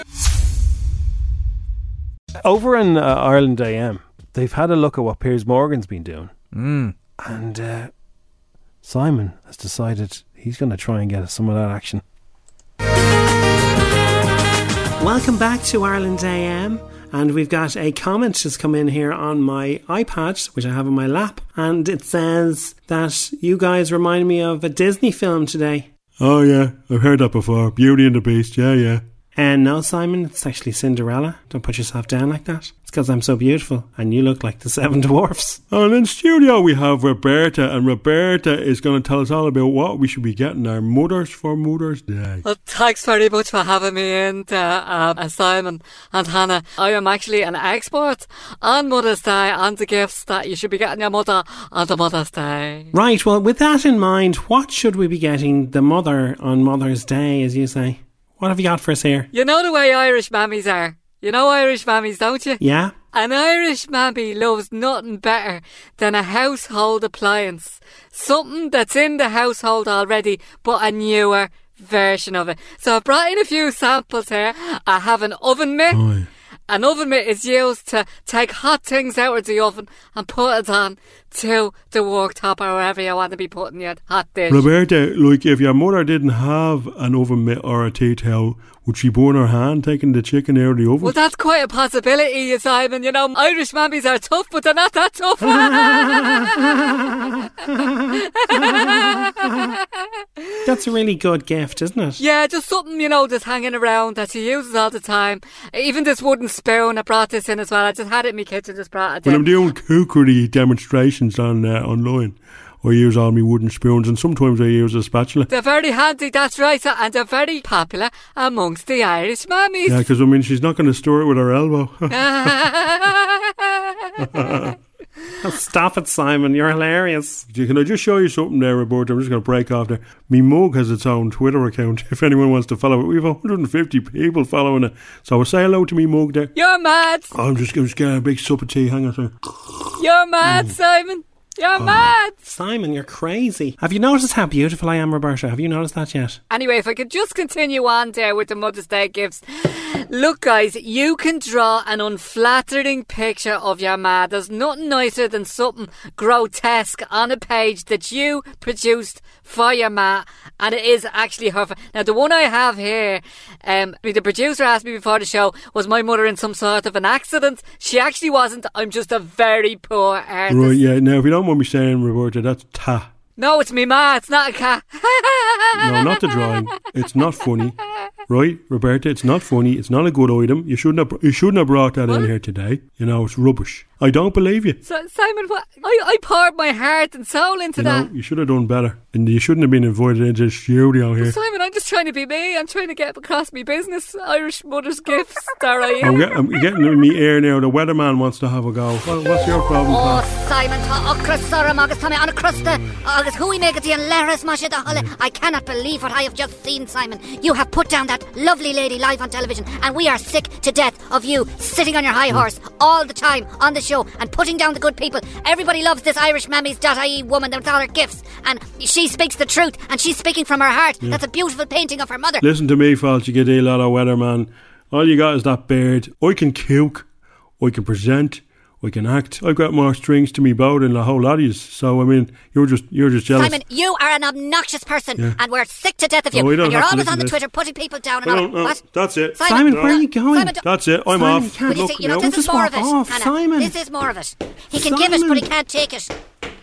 Speaker 3: Over in uh, Ireland AM, they've had a look at what Piers Morgan's been doing. And uh, Simon has decided he's going to try and get some of that action.
Speaker 13: Welcome back to Ireland AM, and we've got a comment just come in here on my iPad, which I have on my lap, and it says that you guys remind me of a Disney film today.
Speaker 14: Oh yeah, I've heard that before. Beauty and the Beast. Yeah, yeah.
Speaker 13: And no, Simon, it's actually Cinderella. Don't put yourself down like that. It's because I'm so beautiful, and you look like the Seven Dwarfs.
Speaker 14: And in studio we have Roberta, and Roberta is going to tell us all about what we should be getting our mothers for Mother's Day.
Speaker 15: Well, thanks very much for having me in, uh, uh, Simon and Hannah. I am actually an expert on Mother's Day and the gifts that you should be getting your mother on the Mother's Day.
Speaker 13: Right, well, with that in mind, what should we be getting the mother on Mother's Day, as you say? What have you got for us here?
Speaker 15: You know the way Irish mammies are. You know Irish mammies, don't you?
Speaker 13: Yeah?
Speaker 15: An Irish mammy loves nothing better than a household appliance. Something that's in the household already, but a newer version of it. So I brought in a few samples here. I have an oven mitt. An oven mitt is used to take hot things out of the oven and put it on to the worktop or wherever you want to be putting your hot dish.
Speaker 14: Roberta, like if your mother didn't have an oven mitt or a tea towel, would she burn her hand taking the chicken out of the oven?
Speaker 15: Well, that's quite a possibility, you Simon. You know, Irish mammies are tough, but they're not that tough.
Speaker 13: That's a really good gift, isn't it?
Speaker 15: yeah, just something, you know, that's hanging around that she uses all the time. Even this wooden spoon. I brought this in as well. I just had it in my kitchen, just brought it
Speaker 14: When I'm
Speaker 15: in.
Speaker 14: doing cookery demonstrations on uh, online, I use all my wooden spoons and sometimes I use a spatula.
Speaker 15: They're very handy, that's right, and they're very popular amongst the Irish mummies.
Speaker 14: Yeah, because I mean, she's not going to stir it with her elbow.
Speaker 13: Stop it, Simon. You're hilarious.
Speaker 14: Can I just show you something there, Roberta? I'm just going to break off there. Me mug has its own Twitter account. If anyone wants to follow it, we have 150 people following it. So say hello to me mug there.
Speaker 15: You're mad.
Speaker 14: I'm just going to get a big sup of tea. Hang on a second.
Speaker 15: You're
Speaker 14: Mm.
Speaker 15: mad, Simon.
Speaker 14: Oh.
Speaker 15: You're mad.
Speaker 13: Simon, you're crazy. Have you noticed how beautiful I am, Roberta? Have you noticed that yet?
Speaker 15: Anyway, if I could just continue on there with the Mother's Day gifts. Look, guys, you can draw an unflattering picture of your ma. There's nothing nicer than something grotesque on a page that you produced for your ma, and it is actually her. fa- Now, the one I have here, um, the producer asked me before the show, was my mother in some sort of an accident? She actually wasn't. I'm just a very poor artist.
Speaker 14: Right, yeah. Now, if you don't mind me saying, Roberta, that's ta.
Speaker 15: No, it's me ma. It's not a cat.
Speaker 14: No, not the drawing. It's not funny. Right, Roberta, it's not funny. It's not a good item. You shouldn't have, you shouldn't have brought that in here today. You know, it's rubbish. I don't believe you.
Speaker 15: So, Simon, what? I, I poured my heart and soul into
Speaker 14: You
Speaker 15: that.
Speaker 14: know, you should have done better. And you shouldn't have been invited into the studio here.
Speaker 15: Simon, I'm just trying to be me. I'm trying to get across my business. Irish Mother's Gifts, there I am.
Speaker 14: I'm, get, I'm getting in me air now. The weatherman wants to have a go. What, what's your problem,
Speaker 16: Oh,
Speaker 14: Pat?
Speaker 16: Simon, tá ochras sorum agus tá mé an crusta agus hui mé gotí an leras mar a holle.
Speaker 14: Mm.
Speaker 16: I cannot believe what I have just seen, Simon. You have put down that lovely lady live on television, and we are sick to death of you sitting on your
Speaker 14: Mm.
Speaker 16: high horse all the time on the show and putting down the good people. Everybody loves this Irish mammies.ie woman with all her gifts, and she speaks the truth, and she's speaking from her heart.
Speaker 14: Yeah.
Speaker 16: That's a beautiful painting of her mother.
Speaker 14: Listen to me, false you get a lot of weatherman. All you got is that beard. I can cook, I can present, I can act. I've got more strings to me bow than the whole lot of you. So I mean, you're just you're just jealous.
Speaker 16: Simon, you are an obnoxious person,
Speaker 14: Yeah.
Speaker 16: and we're sick to death of
Speaker 14: No,
Speaker 16: you.
Speaker 14: we don't
Speaker 16: and you're
Speaker 14: have to
Speaker 16: always on
Speaker 14: listen
Speaker 16: the
Speaker 14: to this.
Speaker 16: Twitter putting people down
Speaker 14: I
Speaker 16: and all.
Speaker 14: don't know.
Speaker 16: What?
Speaker 14: That's it.
Speaker 16: Simon, Simon,
Speaker 14: where
Speaker 16: no,
Speaker 14: are you going?
Speaker 16: Simon, don't-
Speaker 14: That's it. I'm
Speaker 13: Simon, you
Speaker 14: off.
Speaker 13: can't-
Speaker 16: But you
Speaker 13: Look
Speaker 16: see, you know,
Speaker 13: now.
Speaker 16: this is
Speaker 13: Just
Speaker 16: more
Speaker 13: walk
Speaker 16: of it,
Speaker 13: off,
Speaker 16: Hannah.
Speaker 13: Simon.
Speaker 16: This is more of it. He can give us, but he
Speaker 13: Simon.
Speaker 16: can't take it.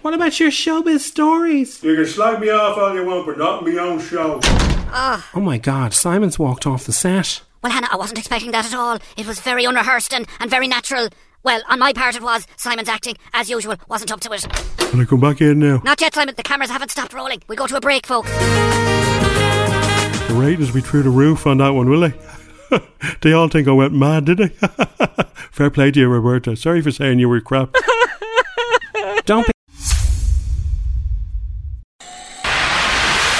Speaker 13: What about your showbiz stories?
Speaker 14: You can slag me off all you want, but not my own show.
Speaker 16: Ah,
Speaker 13: Oh my god, Simon's walked off the set.
Speaker 16: well, Hannah, I wasn't expecting that at all. It was very unrehearsed and, and very natural. Well, on my part, it was. Simon's acting, as usual, wasn't up to it.
Speaker 14: Can I come back in now?
Speaker 16: Not yet, Simon. The cameras haven't stopped rolling. We go to a break, folks.
Speaker 14: The ratings will be through the roof on that one, will they? they all think I went mad, did they? Fair play to you, Roberta. Sorry for saying you were crap.
Speaker 13: Don't be.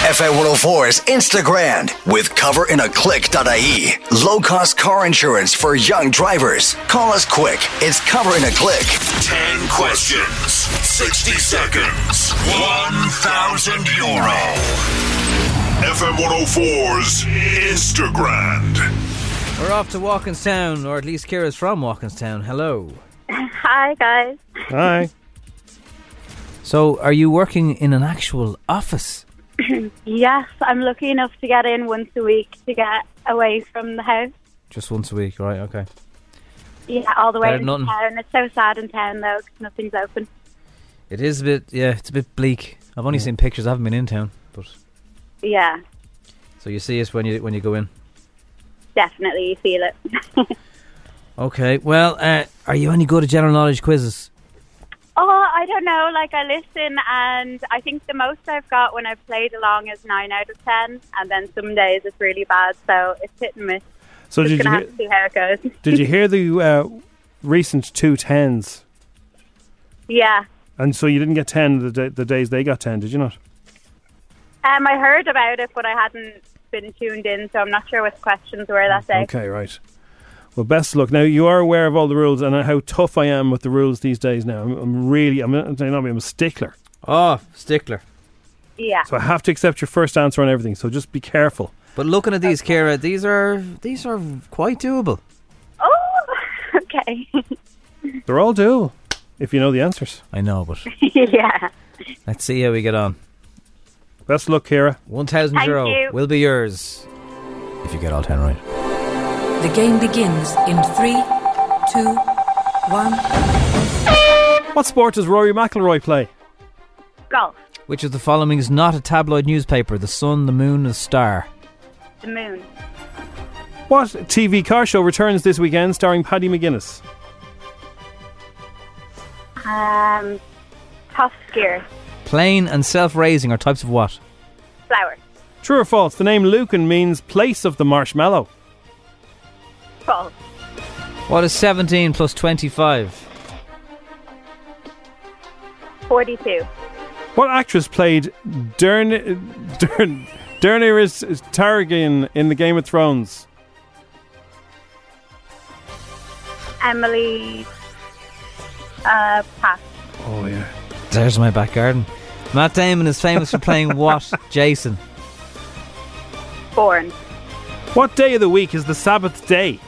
Speaker 2: FA104's Instagram with coverinaclick.ie. Low cost E. car insurance for young drivers. Call us quick. It's Cover in a Click.
Speaker 17: 10 questions, 60 seconds, 1,000 euro. FM 104's Instagram.
Speaker 4: We're off to Walkinstown, or at least Kira's from Walkinstown. Hello.
Speaker 18: Hi, guys.
Speaker 4: Hi. So, are you working in an actual office?
Speaker 18: yes, I'm lucky enough to get in once a week to get away from the house.
Speaker 4: Just once a week, right? Okay.
Speaker 18: Yeah, all the way
Speaker 4: Better
Speaker 18: in
Speaker 4: than nothing.
Speaker 18: town. It's so sad in town, though, 'cause nothing's open.
Speaker 4: It is a bit, yeah, it's a bit bleak. I've only seen pictures. I haven't been in town, but
Speaker 18: Yeah,
Speaker 4: so you see it when you when you go in.
Speaker 18: definitely you feel it.
Speaker 4: Okay. Well, uh, are you any good at general knowledge quizzes?
Speaker 18: Oh, I don't know. Like, I listen, and I think the most I've got when I've played along is 9 out of 10, and then some days it's really bad, so it's hit and miss.
Speaker 3: So
Speaker 18: Just
Speaker 3: did
Speaker 18: gonna
Speaker 3: you
Speaker 18: have to see how it goes.
Speaker 3: Did you hear the uh, recent two tens?
Speaker 18: yeah.
Speaker 3: And so you didn't get ten the, da the days they got ten, did you not?
Speaker 18: Um, I heard about it, but I hadn't been tuned in, so I'm not sure what the questions were that day.
Speaker 3: Okay, right. Well, best luck. Now you are aware of all the rules and how tough I am with the rules these days. Now I'm, I'm really, I'm, not- I'm, not- I'm a stickler.
Speaker 4: Oh, stickler.
Speaker 18: Yeah.
Speaker 3: So I have to accept your first answer on everything. So just be careful.
Speaker 4: But looking at these, Kira, these are these are quite doable.
Speaker 18: Oh, okay.
Speaker 3: They're all doable if you know the answers.
Speaker 4: I know, but
Speaker 18: yeah.
Speaker 4: let's see how we get on.
Speaker 3: Best luck, Kira.
Speaker 4: One thousand
Speaker 18: Thank
Speaker 4: euro
Speaker 18: you.
Speaker 4: will be yours if you get all ten right.
Speaker 19: The game begins in three, two, one.
Speaker 3: What sport does Rory McIlroy play?
Speaker 18: Golf,
Speaker 4: Which of the following is not a tabloid newspaper? The Sun, the Moon, the Star.
Speaker 18: the moon,
Speaker 3: What TV car show returns this weekend starring Paddy McGuinness?
Speaker 18: Um, Top Gear,
Speaker 4: Plain and self raising are types of what?
Speaker 18: Flower,
Speaker 3: True or false? The name Lucan means place of the marshmallow.
Speaker 18: Fall,
Speaker 4: What is 17 plus 25?
Speaker 18: 42,
Speaker 3: What actress played Dern Dern Derniris Targaryen in the Game of Thrones?
Speaker 18: Emily, uh, Pass,
Speaker 4: Oh, yeah. There's my back garden. Matt Damon is famous for playing what, Jason?
Speaker 18: Born,
Speaker 3: What day of the week is the Sabbath day?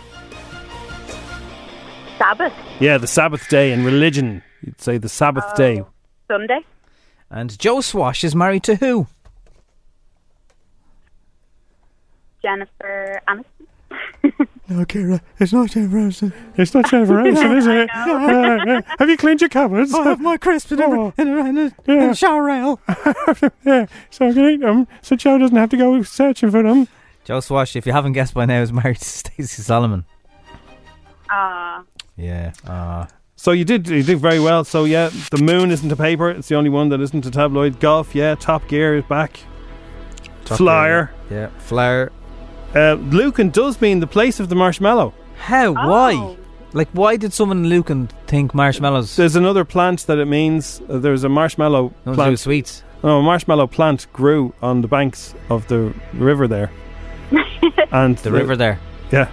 Speaker 18: Sabbath,
Speaker 3: Yeah, the Sabbath day in religion. You'd say the Sabbath day.
Speaker 18: Sunday,
Speaker 4: And Joe Swash is married to who?
Speaker 18: Jennifer Aniston,
Speaker 13: No, Kira, it's not Jennifer Aniston.
Speaker 14: It's not Jennifer Aniston, is it?
Speaker 13: I know.
Speaker 14: Uh, uh, have you cleaned your cupboards? Oh.
Speaker 13: I have my crisps in a, in a, in a, in
Speaker 14: Yeah.
Speaker 13: a shower rail.
Speaker 14: yeah, so I can eat them, so Joe doesn't have to go searching for them.
Speaker 4: Joe Swash, if you haven't guessed by now, is married to Stacey Solomon.
Speaker 18: ah.
Speaker 4: Yeah. Uh,
Speaker 3: So you did you did very well. So yeah, the moon isn't a paper. It's the only one that isn't a tabloid. Golf, yeah. Top Gear is back.
Speaker 4: Top
Speaker 3: Flyer.
Speaker 4: yeah. Flower.
Speaker 3: Uh, Lucan does mean the place of the marshmallow.
Speaker 4: How? Why? Like, why did someone in Lucan think marshmallows?
Speaker 3: There's another plant that it means. Uh, there's a marshmallow
Speaker 4: No,
Speaker 3: plant.
Speaker 4: do sweets.
Speaker 3: No, a marshmallow plant grew on the banks of the river there. and
Speaker 4: The river there.
Speaker 3: Yeah,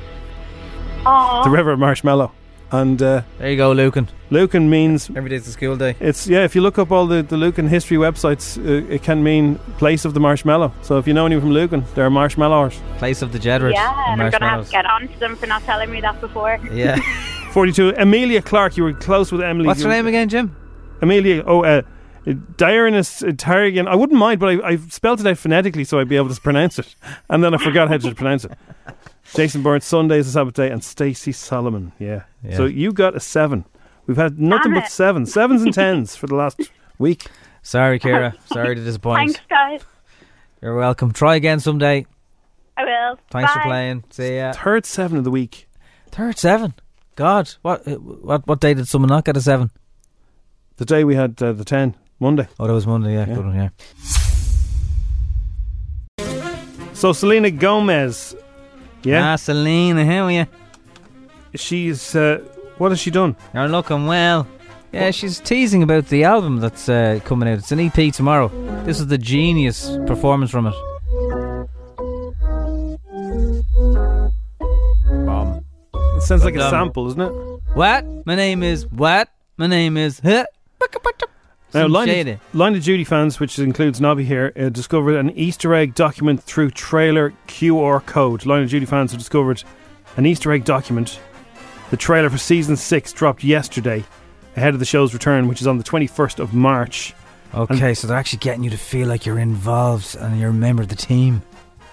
Speaker 18: Aww.
Speaker 3: the river marshmallow. And uh,
Speaker 4: there you go, Lucan.
Speaker 3: Lucan means
Speaker 4: every day's a school day.
Speaker 3: It's yeah. If you look up all the the Lucan history websites, uh, it can mean place of the marshmallow. So if you know anyone from Lucan, there are marshmallowers.
Speaker 4: Place of the Jedward.
Speaker 18: Yeah, and I'm gonna have to get on to them for not telling me that before.
Speaker 3: Forty-two. Amelia Clark. You were close with Emily.
Speaker 4: What's her
Speaker 3: You-
Speaker 4: name again, Jim?
Speaker 3: Amelia. Oh, uh, Diurnus Tarragon. I wouldn't mind, but I, I spelled it out phonetically so I'd be able to pronounce it, and then I forgot how to pronounce it. Jason Bourne, Sunday is a Sabbath day, and Stacey Solomon. Yeah.
Speaker 4: Yeah.
Speaker 3: So you got a seven. We've had nothing
Speaker 18: Damn
Speaker 3: but
Speaker 18: it.
Speaker 3: sevens, sevens and tens for the last week.
Speaker 4: Sorry, Kira. Sorry to disappoint.
Speaker 18: Thanks, guys.
Speaker 4: You're welcome. Try again someday.
Speaker 18: I will.
Speaker 4: Thanks
Speaker 18: Bye.
Speaker 4: for playing. See ya.
Speaker 3: Third seven of the week.
Speaker 4: Third seven. God, what uh, what what day did someone not get a seven?
Speaker 3: The day we had uh, the ten, Monday.
Speaker 4: Oh, that was Monday. Yeah, good one. Yeah.
Speaker 3: So Selena Gomez, yeah,
Speaker 4: Ah, Selena, how are you?
Speaker 3: she's uh, what has she done?
Speaker 4: You're looking well. Yeah, she's teasing about the album that's uh, coming out. It's an EP tomorrow. This is the genius performance from it. Bomb.
Speaker 3: It sounds like a
Speaker 4: Dum-dum.
Speaker 3: sample, isn't it?
Speaker 4: What? My name is what? My name is huh?
Speaker 3: Now,
Speaker 4: Some
Speaker 3: Line
Speaker 4: shady.
Speaker 3: of, Line of Duty fans, which includes Nobby here, uh, discovered an Easter egg document through trailer QR code. Line of Duty fans have discovered an Easter egg document. The trailer for season six dropped yesterday, ahead of the show's return, which is on the twenty first of March.
Speaker 4: Okay, so they're actually getting you to feel like you're involved and you're a member of the team.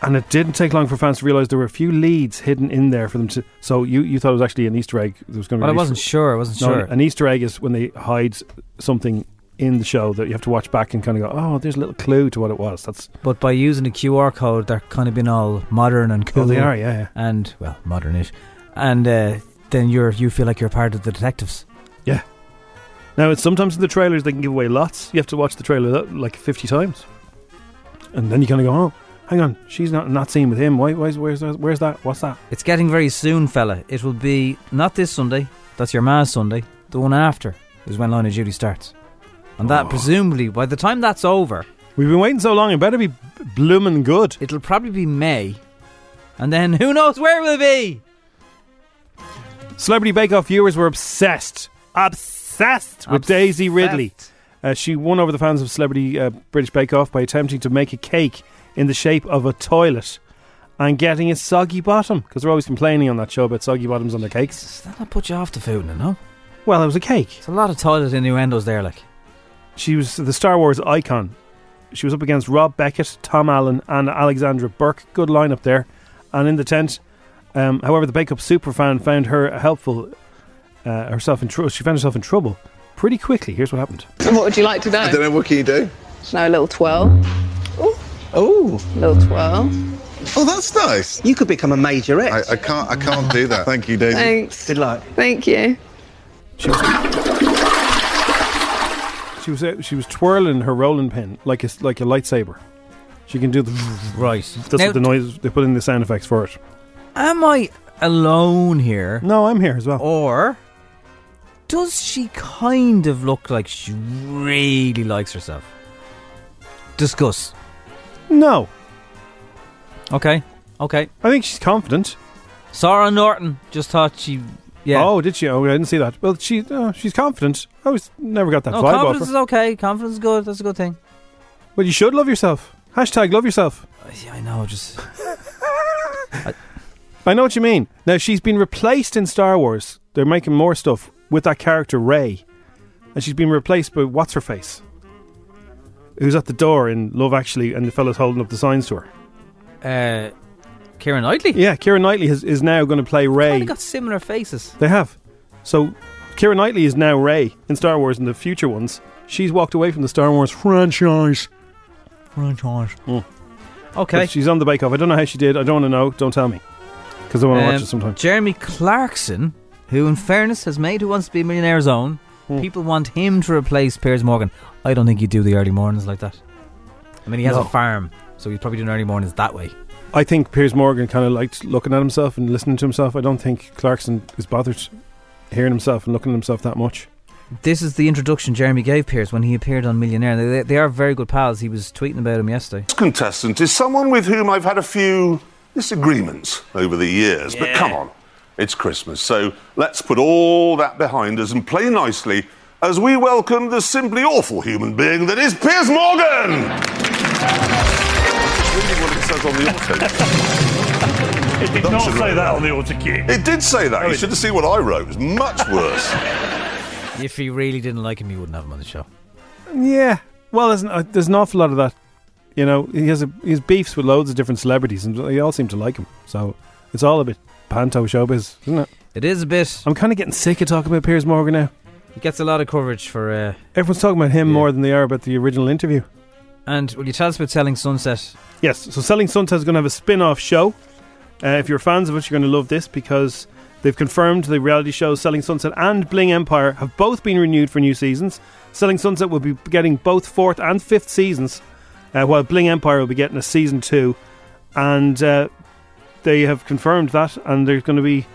Speaker 3: And it didn't take long for fans to realise there were a few leads hidden in there for them to. So you, you thought it was actually an Easter egg. There was going to
Speaker 4: Well, I wasn't sure, I wasn't sure.
Speaker 3: An Easter egg is when they hide something in the show that you have to watch back and kind of go, oh, there's a little clue to what it was. That's
Speaker 4: But by using a QR code, they're kind of being all modern and cool.
Speaker 3: Oh, they are, yeah, yeah.
Speaker 4: And well, modernish, and uh, then you're you feel like you're part of the detectives.
Speaker 3: yeah. Now, it's sometimes in the trailers they can give away lots. You have to watch the trailer that, like fifty times, and then you kind of go, oh, hang on, she's not not seen with him. Why? Why? is- Where's that? Where's that? What's that?
Speaker 4: It's getting very soon, fella. It will be not this Sunday. That's your ma's Sunday. The one after is when Line of Duty starts, and that presumably by the time that's over,
Speaker 3: Oh. we've been waiting so long. It better be bloomin' good.
Speaker 4: It'll probably be May, and then who knows where we'll be.
Speaker 3: Celebrity Bake Off viewers were obsessed, obsessed with
Speaker 4: Obsessed.
Speaker 3: Daisy Ridley. Uh, she won over the fans of Celebrity uh, British Bake Off by attempting to make a cake in the shape of a toilet and getting a soggy bottom because they're always complaining on that show about soggy bottoms on their cakes.
Speaker 4: Does that not put you off the food, no? no?
Speaker 3: Well, it was a cake.
Speaker 4: It's a lot of toilet innuendos there, like.
Speaker 3: She was the Star Wars icon. She was up against Rob Beckett, Tom Allen, and Alexandra Burke. Good lineup there. And in the tent, um, however, the Bake Up superfan found her helpful, uh, herself in trouble. She found herself in trouble pretty quickly. Here's what happened.
Speaker 20: What would you like to do?
Speaker 3: know. What can you do?
Speaker 20: Just know a little twirl. Oh. Little twirl.
Speaker 10: Oh, that's nice. You could become a majorette. I, I can't. I can't do that. Thank you, Daisy.
Speaker 20: Thanks.
Speaker 10: Good luck.
Speaker 20: Thank you.
Speaker 3: She was out, she was twirling her rolling pin like a s- like a lightsaber. She can do the
Speaker 4: right.
Speaker 3: That's
Speaker 4: Now-
Speaker 3: what the noise they put in the sound effects for it.
Speaker 4: Am I alone here?
Speaker 3: No, I'm here as well.
Speaker 4: Or does she kind of look like she really likes herself? Discuss.
Speaker 3: No.
Speaker 4: Okay. Okay.
Speaker 3: I think she's confident.
Speaker 4: Sarah Norton just thought she. Yeah.
Speaker 3: Oh, did she? Oh, I didn't see that. Well, she uh, she's confident. I was never got that
Speaker 4: no,
Speaker 3: vibe off
Speaker 4: confidence
Speaker 3: her.
Speaker 4: is okay. Confidence is good. That's a good thing.
Speaker 3: Well, you should love yourself. Hashtag love yourself.
Speaker 4: Yeah, I know. Just
Speaker 3: I know what you mean. Now she's been replaced in Star Wars. They're making more stuff with that character Ray, and she's been replaced by what's her face, who's at the door in Love Actually, and the fella's holding up the signs to her.
Speaker 4: uh, Kieran Knightley.
Speaker 3: Yeah, Kieran Knightley is, is now going to play
Speaker 4: Kind
Speaker 3: Ray.
Speaker 4: of got similar faces.
Speaker 3: They have. So Kieran Knightley is now Ray in Star Wars in the future ones. She's walked away from the Star Wars franchise.
Speaker 4: Franchise.
Speaker 3: Okay. But she's on the Bake Off. I don't know how she did. I don't want to know. Don't tell me. Because I want to watch
Speaker 4: Um,
Speaker 3: it sometime.
Speaker 4: Jeremy Clarkson, who in fairness has made Who Wants to Be a Millionaire's own.
Speaker 3: Hmm.
Speaker 4: People want him to replace Piers Morgan. I don't think you do the early mornings like that. I mean, he has
Speaker 3: No.
Speaker 4: a farm, so he's probably doing early mornings that way.
Speaker 3: I think Piers Morgan kind of liked looking at himself and listening to himself. I don't think Clarkson is bothered hearing himself and looking at himself that much.
Speaker 4: This is the introduction Jeremy gave Piers when he appeared on Millionaire. They- They, they are very good pals. He was tweeting about him yesterday.
Speaker 17: contestant is someone with whom I've had a few disagreements over the years. But come on, it's Christmas, so let's put all that behind us and play nicely as we welcome the simply awful human being that is Piers Morgan! Reading what it says on the auto. It did not say that on the auto key. It did say that. you should have seen what I wrote. It was much worse.
Speaker 4: If he really didn't like him, he wouldn't have him on the show.
Speaker 3: Yeah. Well, there's an, uh, there's an awful lot of that. You know, he has a, he has beefs with loads of different celebrities, and they all seem to like him. So it's all a bit panto showbiz, isn't it?
Speaker 4: It is a bit.
Speaker 3: I'm kind of getting sick of talking about Piers Morgan now.
Speaker 4: He gets a lot of coverage for. Uh,
Speaker 3: Everyone's talking about him more than they are about the original interview.
Speaker 4: and will you tell us about Selling Sunset?
Speaker 3: Yes, so Selling Sunset is going to have a spin off show. Uh, if you're fans of it, you're going to love this because they've confirmed the reality shows Selling Sunset and Bling Empire have both been renewed for new seasons. Selling Sunset will be getting both fourth and fifth seasons, uh, while Bling Empire will be getting a season two. And uh, they have confirmed that, and there's going to be.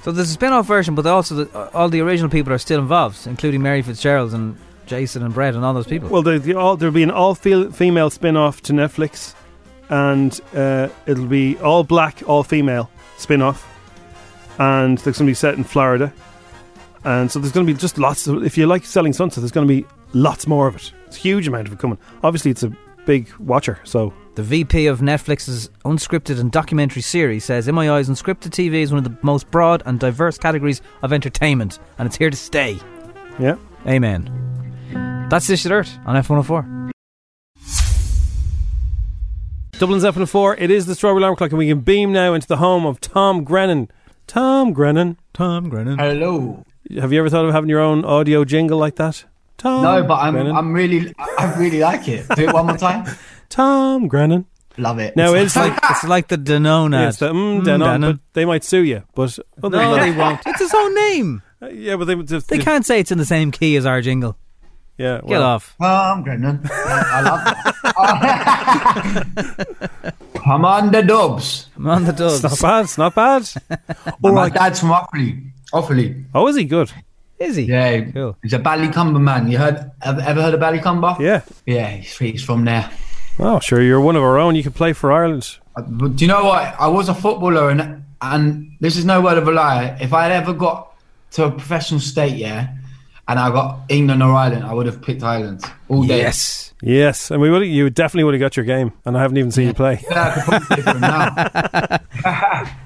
Speaker 4: So there's a spin-off version, but also the, uh, all the original people are still involved, including Mary Fitzgerald and Jason and Brett and all those people.
Speaker 3: Well, there, there all, there'll be an all fe- female spin off to Netflix, and uh, it'll be all black, all female spin off. And it's going to be set in Florida. And so there's going to be just lots of. If you like Selling Sunset, there's going to be lots more of it. It's a huge amount of it coming. Obviously, it's a big watcher, so.
Speaker 4: The VP of Netflix's unscripted and documentary series says, In my eyes, unscripted TV is one of the most broad and diverse categories of entertainment, and it's here to stay.
Speaker 3: Yeah.
Speaker 4: Amen. That's Dish Dirt on F104.
Speaker 3: Dublin's F104, it is the Strawberry Alarm Clock, and we can beam now into the home of Tom Grennan. Tom Grennan.
Speaker 4: Tom Grennan.
Speaker 21: Hello.
Speaker 3: Have you ever thought of having your own audio jingle like that? Tom
Speaker 21: no, but I'm
Speaker 3: Grennan.
Speaker 21: I'm really I really like it. Do it one more time.
Speaker 3: Tom Grennan.
Speaker 21: Love it.
Speaker 3: Now it's like
Speaker 4: it's like the Danone
Speaker 3: Yes, the, mm, Danone, but they might sue you. But other
Speaker 4: No,
Speaker 3: than
Speaker 4: they
Speaker 3: that-
Speaker 4: won't. It's his own name.
Speaker 3: Uh, yeah, but they
Speaker 4: They can't say it's in the same key as our jingle.
Speaker 3: Yeah,
Speaker 4: get
Speaker 21: well-
Speaker 4: off.
Speaker 21: Tom Grennan. I love it. I'm on the dubs.
Speaker 4: I'm on the dubs.
Speaker 3: It's not bad. It's not bad.
Speaker 21: All right. My dad's from Offaly. Offaly.
Speaker 3: Oh, is he good?
Speaker 4: Is he?
Speaker 21: Yeah. He's a Ballycumber man. You heard? Have, ever heard of Ballycumber?
Speaker 3: Yeah.
Speaker 21: Yeah. He's, he's from there. Uh,
Speaker 3: Oh, sure, you're one of our own. You can play for Ireland.
Speaker 21: But do you know what? I was a footballer, and and this is no word of a lie. If I had ever got to a professional state, yeah, and I got England or Ireland, I would have picked Ireland all day.
Speaker 4: Yes.
Speaker 3: Yes, and we would. You definitely would have got your game, and I haven't even seen you play.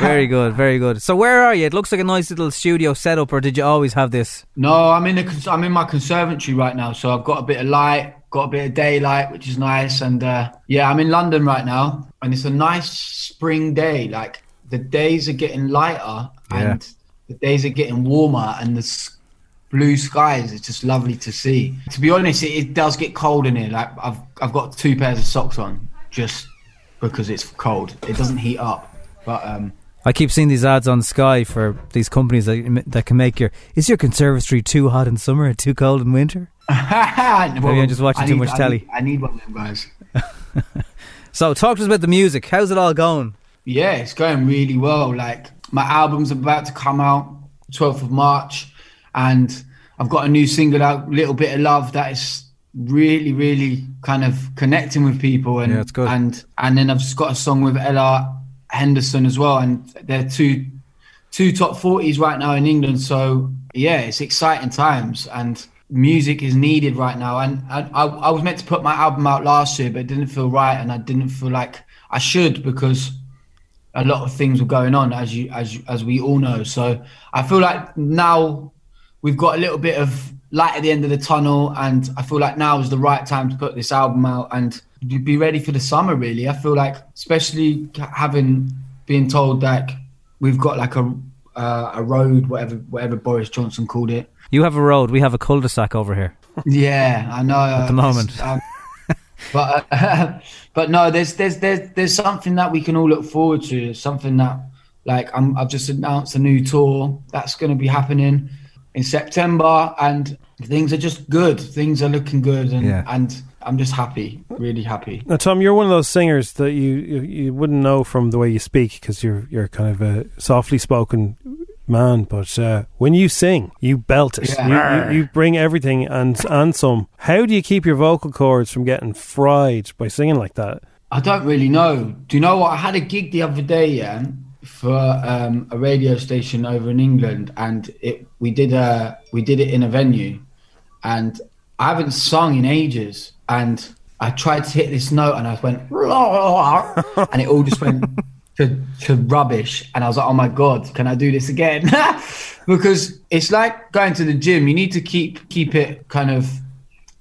Speaker 4: Very good, very good. So where are you? It looks like a nice little studio setup, or did you always have this?
Speaker 21: No, I'm in a cons- I'm in my conservatory right now, so I've got a bit of light, got a bit of daylight, which is nice. And uh, yeah, I'm in London right now, and it's a nice spring day. Like the days are getting lighter, and the days are getting warmer, and the s- blue skies is just lovely to see. To be honest, it, it does get cold in here. Like I've I've got two pairs of socks on, just because it's cold. It doesn't heat up. But um,
Speaker 4: I keep seeing these ads on Sky for these companies that that can make your. Is your conservatory too hot in summer and too cold in winter? Maybe I'm just watching
Speaker 21: I
Speaker 4: too
Speaker 21: need-
Speaker 4: much
Speaker 21: I
Speaker 4: telly.
Speaker 21: need- I need one of them guys.
Speaker 4: So talk to us about the music. How's it all going?
Speaker 21: Yeah, it's going really well. Like my album's about to come out 12th of March and I've got a new single out, Little Bit of Love, that is really, really kind of connecting with people and
Speaker 4: Yeah, it's good.
Speaker 21: and and then I've just got a song with Ella Henderson as well and they're two two top 40s right now in England. So yeah, it's exciting times and music is needed right now. And, and I, I was meant to put my album out last year, but it didn't feel right, and I didn't feel like I should because a lot of things were going on, as you as you- as we all know. So I feel like now we've got a little bit of light at the end of the tunnel, and I feel like now is the right time to put this album out and be ready for the summer. Really, I feel like, especially having been told that we've got like a uh, a road, whatever whatever Boris Johnson called it.
Speaker 4: You have a road. We have a cul-de-sac over here.
Speaker 21: Yeah, I know.
Speaker 4: At the
Speaker 21: uh, it's,
Speaker 4: moment.
Speaker 21: um, but uh, but no, there's there's there's there's something that we can all look forward to. Something that like I'm, I've just announced a new tour that's going to be happening in September, and things are just good. Things are looking good, and
Speaker 3: Yeah.
Speaker 21: and I'm just happy, really happy.
Speaker 3: Now, Tom, you're one of those singers that you you, you wouldn't know from the way you speak because you're you're kind of a softly spoken man. But uh, when you sing, you belt it.
Speaker 21: Yeah.
Speaker 3: You, you, you bring everything and and some. How do you keep your vocal cords from getting fried by singing like that?
Speaker 21: I don't really know. Do you know what? I had a gig the other day, yeah, for um, a radio station over in England, and it we did a we did it in a venue, and I haven't sung in ages, and I tried to hit this note, and I went, and it all just went to, to rubbish, and I was like, oh my god, can I do this again? because it's like going to the gym. You need to keep keep it kind of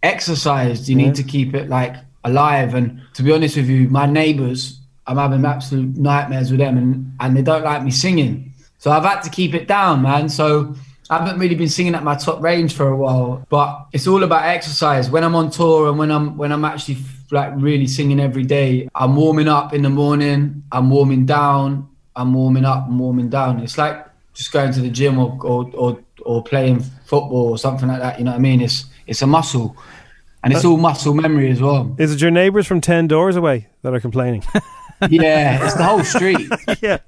Speaker 21: exercised. You need to keep it like alive. And to be honest with you, my neighbours, I'm having absolute nightmares with them, and and they don't like me singing. So I've had to keep it down, man. So I haven't really been singing at my top range for a while. But it's all about exercise. When I'm on tour and when I'm when I'm actually like really singing every day, I'm warming up in the morning. I'm warming down. I'm warming up. I'm warming down. It's like just going to the gym or or or, or playing football or something like that. You know what I mean? It's it's a muscle, and it's all muscle memory as well.
Speaker 3: Is it your neighbours from ten doors away that are complaining?
Speaker 21: Yeah, it's the whole street.
Speaker 3: yeah.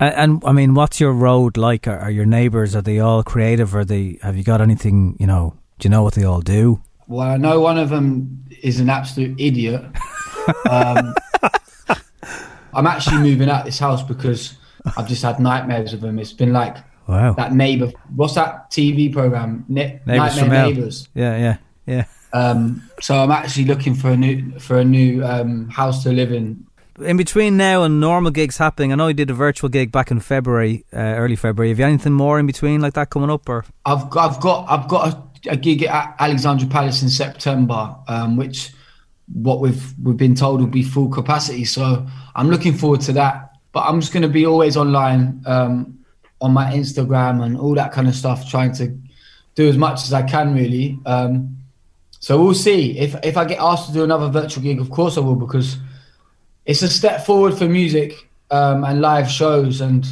Speaker 4: And, and I mean, what's your road like? Are, are your neighbours? Are they all creative? Are they? Have you got anything? You know? Do you know what they all do?
Speaker 21: Well, I know one of them is an absolute idiot. Um, I'm actually moving out this house because I've just had nightmares of him. It's been like
Speaker 4: Wow.
Speaker 21: that neighbor. What's that TV program? Ne-
Speaker 4: Neighbours
Speaker 21: Nightmare
Speaker 4: from hell.
Speaker 21: Neighbors.
Speaker 4: Yeah, yeah, yeah.
Speaker 21: Um, so I'm actually looking for a new for a new um, house to live in.
Speaker 4: In between now and normal gigs happening, I know you did a virtual gig back in February, uh, early February. Have you anything more in between like that coming up? Or
Speaker 21: I've got, I've got I've got a, a gig at Alexandra Palace in September, um, which what we've we've been told will be full capacity. So I'm looking forward to that. But I'm just going to be always online um, on my Instagram and all that kind of stuff, trying to do as much as I can really. Um, so we'll see if if I get asked to do another virtual gig. Of course I will because it's a step forward for music um, and live shows. And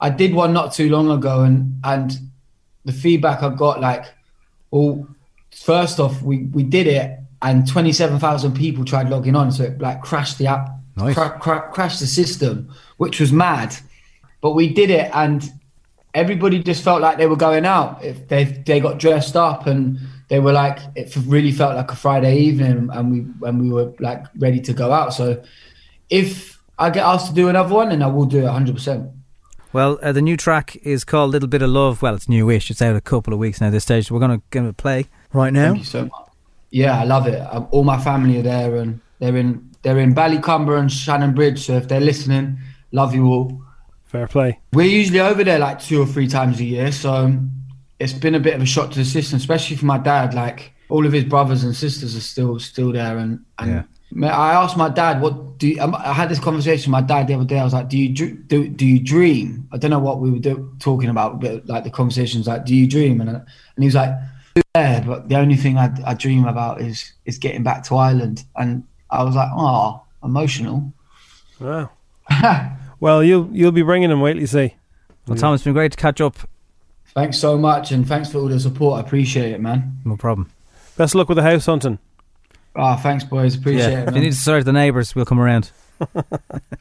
Speaker 21: I did one not too long ago, and and the feedback I got like, well, first off, we we did it, and twenty seven thousand people tried logging on, so it like crashed the app,
Speaker 4: Nice.
Speaker 21: cra- cra- crashed the system, which was mad. But we did it, and everybody just felt like they were going out. If they they got dressed up and they were like, it really felt like a Friday evening, and we and we were like ready to go out. So if I get asked to do another one, then I will do it 100. percent
Speaker 4: well, uh, the new track is called "Little Bit of Love." Well, it's newish. It's out a couple of weeks now. This stage, we're gonna give it a play right now.
Speaker 21: Thank you so much. Yeah, I love it. Um, all my family are there, and they're in they're in Ballycumber and Shannon Bridge. So if they're listening, love you all.
Speaker 3: Fair play.
Speaker 21: We're usually over there like two or three times a year, so um, it's been a bit of a shock to the system, especially for my dad. Like all of his brothers and sisters are still still there, and and
Speaker 4: Yeah.
Speaker 21: Ma- I asked my dad, "What do you, um, I had this conversation with my dad the other day? I was like, "Do you dr- do, do you dream?" I don't know what we were do, talking about, but like the conversations, like, "Do you dream?" And I, and he was like, "Yeah, but the only thing I, I dream about is is getting back to Ireland." And I was like, oh, emotional.
Speaker 3: Wow. well, you'll you'll be bringing him. Wait, till you see.
Speaker 4: Well, Tom, it's been great to catch up.
Speaker 21: Thanks so much, and thanks for all the support. I appreciate it, man.
Speaker 4: No problem.
Speaker 3: Best of luck with the house hunting.
Speaker 21: Ah, thanks, boys. Appreciate it.
Speaker 4: yeah. If
Speaker 21: Man.
Speaker 4: you need to serve the neighbours, we'll come around.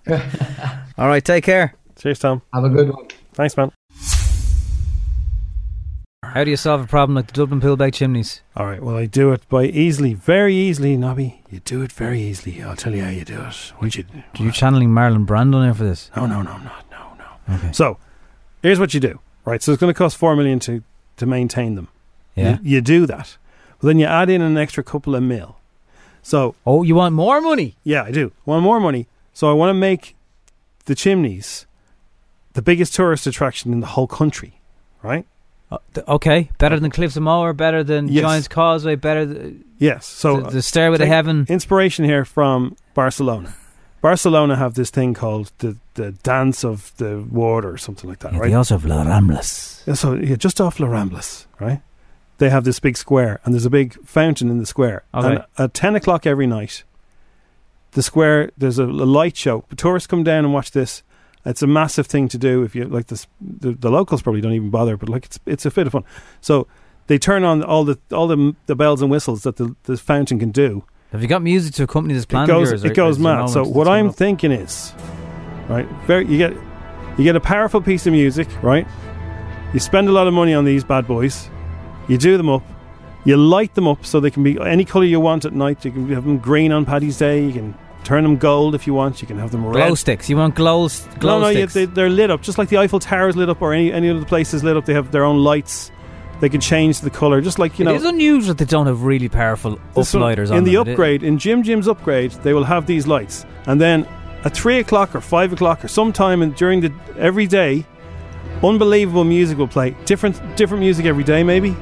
Speaker 4: All right, take care.
Speaker 3: Cheers, Tom.
Speaker 21: Have a good one.
Speaker 3: Thanks, man.
Speaker 4: How do you solve a problem like the Dublin pillback chimneys?
Speaker 3: All right. Well, I do it by easily, very easily, Nobby. You do it very easily. I'll tell you how you do it. Would you?
Speaker 4: Are you channeling Marlon Brando now for this?
Speaker 3: No, no, no, I'm not. No, no. Okay. So, here's what you do. Right. So it's going to cost four million to to maintain them.
Speaker 4: Yeah.
Speaker 3: You, you do that. Well, then you add in an extra couple of mil. So.
Speaker 4: Oh, you want more money?
Speaker 3: Yeah, I do. want more money. So I want to make the chimneys the biggest tourist attraction in the whole country. Right.
Speaker 4: Uh, Th- Okay, better than Cliffs of Moher, better than
Speaker 3: Yes.
Speaker 4: Giant's Causeway, better. Th-
Speaker 3: Yes. So
Speaker 4: The- the Stairway to
Speaker 3: take
Speaker 4: Heaven.
Speaker 3: Inspiration here from Barcelona. Barcelona have this thing called the, the dance of the water or something like that, right? Yeah, So yeah, just off La Ramblas, right? They have this big square, and there's a big fountain in the square.
Speaker 4: Okay.
Speaker 3: And at ten o'clock every night, the square there's a, a light show. Tourists come down and watch this. It's a massive thing to do. If you like this, the, the locals probably don't even bother, but like it's it's a bit of fun. So they turn on all the all the the bells and whistles that the, the fountain can do.
Speaker 4: Have you got music to accompany this plan?
Speaker 3: It
Speaker 4: of
Speaker 3: goes,
Speaker 4: yours, or-
Speaker 3: it goes
Speaker 4: or is there
Speaker 3: mad.
Speaker 4: no
Speaker 3: So
Speaker 4: one
Speaker 3: what
Speaker 4: that's
Speaker 3: I'm
Speaker 4: coming up?
Speaker 3: thinking is, right? Very, you get, you get a powerful piece of music, right? You spend a lot of money on these bad boys. You do them up. You light them up so they can be any color you want at night. You can have them green on Paddy's Day. You can turn them gold if you want. You can have them red.
Speaker 4: glow sticks. You want glow, s- glow
Speaker 3: no, no,
Speaker 4: sticks?
Speaker 3: Yeah, they, they're lit up just like the Eiffel Tower is lit up, or any any other places lit up. They have their own lights. They can change the color, just like you know.
Speaker 4: it is unusual that they don't have really powerful
Speaker 3: This one-
Speaker 4: uplighters on
Speaker 3: in the
Speaker 4: them. It-
Speaker 3: upgrade in Jim Jim's upgrade they will have these lights and then at 3 o'clock or 5 o'clock or sometime in, during the every day unbelievable music will play different different music every day maybe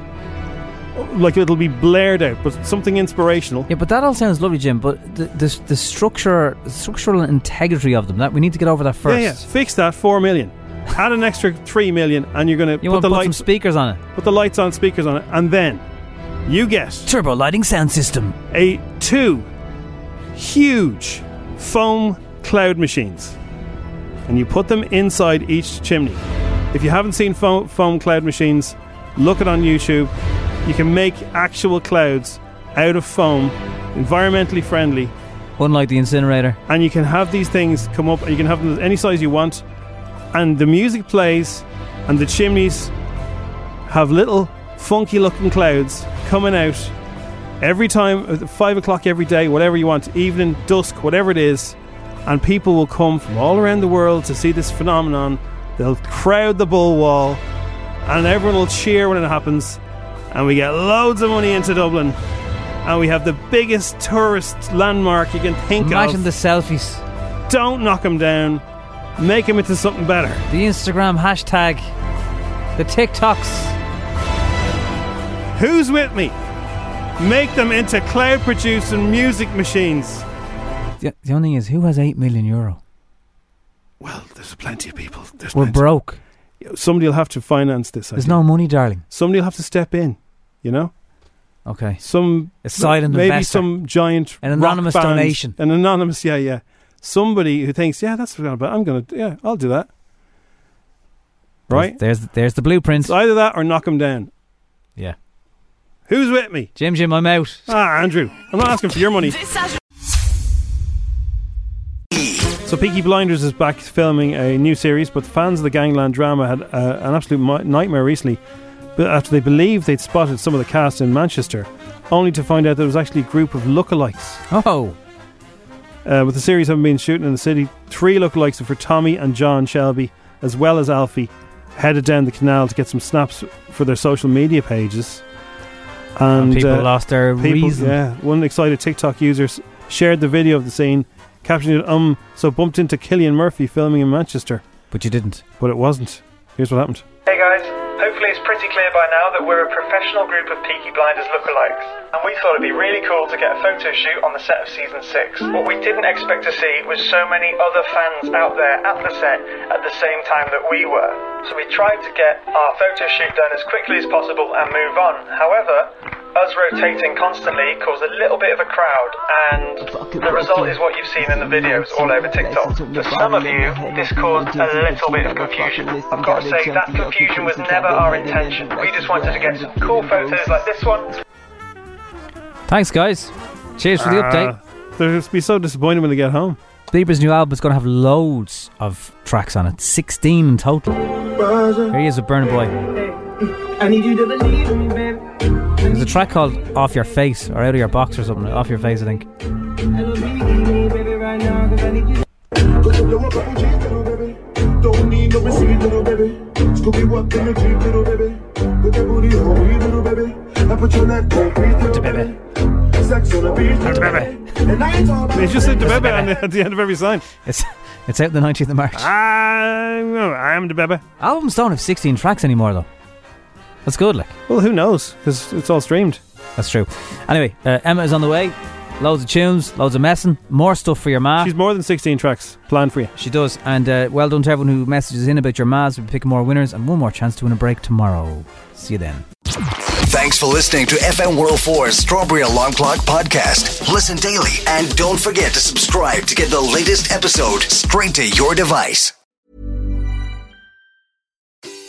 Speaker 3: like it'll be blared out but something inspirational
Speaker 4: Yeah, but that all sounds lovely, Jim. But the the, the structure, structural integrity of them. That we need to get over that first.
Speaker 3: yeah yeah fix that 4 million add an extra 3 million and you're going to
Speaker 4: You
Speaker 3: put
Speaker 4: want
Speaker 3: the
Speaker 4: to put
Speaker 3: lights
Speaker 4: some speakers on it.
Speaker 3: put the lights on speakers on it and then you get
Speaker 4: turbo lighting sound system
Speaker 3: a two huge foam cloud machines and you put them inside each chimney if you haven't seen foam, foam cloud machines look it on youtube you can make actual clouds out of foam environmentally friendly
Speaker 4: unlike the incinerator
Speaker 3: and you can have these things come up and you can have them any size you want and the music plays and the chimneys have little funky looking clouds coming out every time at five o'clock every day whatever you want evening dusk whatever it is and people will come from all around the world to see this phenomenon they'll crowd the bull wall and everyone will cheer when it happens and we get loads of money into dublin and we have the biggest tourist landmark you can think
Speaker 4: Imagine
Speaker 3: of
Speaker 4: the selfies.
Speaker 3: don't knock them down make them into something better
Speaker 4: The Instagram hashtag, the TikToks.
Speaker 3: Who's with me? Make them into cloud producing music machines.
Speaker 4: The, the only thing is, who has eight million euro?
Speaker 3: Well, there's plenty of people. There's
Speaker 4: We're
Speaker 3: plenty.
Speaker 4: broke.
Speaker 3: Somebody will have to finance this.
Speaker 4: There's no money, darling.
Speaker 3: Somebody will have to step in, you know?
Speaker 4: Okay.
Speaker 3: Some.
Speaker 4: A silent
Speaker 3: Maybe
Speaker 4: investor.
Speaker 3: some giant.
Speaker 4: An
Speaker 3: rock
Speaker 4: anonymous
Speaker 3: band-
Speaker 4: donation.
Speaker 3: An anonymous, yeah, yeah. Somebody who thinks, yeah, that's what I'm about. I'm going to, yeah, I'll do that. Right?
Speaker 4: There's there's the blueprint.
Speaker 3: It's either that or knock them down.
Speaker 4: Yeah.
Speaker 3: Who's with me?
Speaker 4: Jim, Jim, I'm out.
Speaker 3: Ah, Andrew, I'm not asking for your money. So Peaky Blinders is back filming a new series, but fans of the gangland drama had uh, an absolute mi- nightmare recently but after they believed they'd spotted some of the cast in Manchester, only to find out there was actually a group of lookalikes.
Speaker 4: Oh!
Speaker 3: Uh, with the series having been shooting in the city, three lookalikes for Tommy and John Shelby, as well as Alfie, headed down the canal to get some snaps for their social media pages. And, uh,
Speaker 4: And people lost their reason.
Speaker 3: Yeah, one excited TikTok user s- shared the video of the scene, captioned it, um, so bumped into Killian Murphy filming in Manchester.
Speaker 4: But you didn't.
Speaker 3: But it wasn't. Here's what happened.
Speaker 22: Hey guys, hopefully it's pretty clear by now that we're a professional group of Peaky Blinders lookalikes, and we thought it'd be really cool to get a photo shoot on the set of season 6. What we didn't expect to see was so many other fans out there at the set at the same time that we were. So we tried to get our photo shoot done as quickly as possible and move on. However, Us rotating constantly caused a little bit of a crowd, and the result is what you've seen in the videos all over TikTok. For some of you, this caused a little bit of confusion. I've got to say, that confusion was never our intention. We just wanted to get some cool photos like this one.
Speaker 4: Thanks, guys. Cheers for the update.
Speaker 3: They're going to Ah, be so disappointed when they get home.
Speaker 4: Bieber's new album is going to have loads of tracks on it, 16 in total. Here he is with Burner Boy.
Speaker 1: I need you to believe me, baby.
Speaker 4: There's a track called Off Your Face or Out of Your Box or something. Off Your Face, I think.
Speaker 1: I don't need me, baby, right now, 'cause I need you. Put your blow up on me, little baby. Don't need no receipt, little baby. Scoop you up in the Jeep, little baby. Put that booty on me, little baby. I put you on that concrete, little baby. Sex on the beach, little baby. And I ain't talking about
Speaker 3: They just said the
Speaker 1: baby.
Speaker 3: bebe on the, at the end of every sign.
Speaker 4: It's it's out the 19th of March.
Speaker 3: I'm, I'm the bebe.
Speaker 4: Albums don't have 16 tracks anymore, though. That's good, like.
Speaker 3: Well, who knows? Because it's all streamed.
Speaker 4: That's true. Anyway, uh, Emma is on the way. Loads of tunes, loads of messing, more stuff for your ma.
Speaker 3: She's more than 16 tracks planned for you.
Speaker 4: She does. And uh, well done to everyone who messages in about your mas. We'll be picking more winners and one more chance to win a break tomorrow. See you then.
Speaker 2: Thanks for listening to FM World 4's oh Strawberry Alarm Clock podcast. Listen daily and don't forget to subscribe to get the latest episode straight to your device.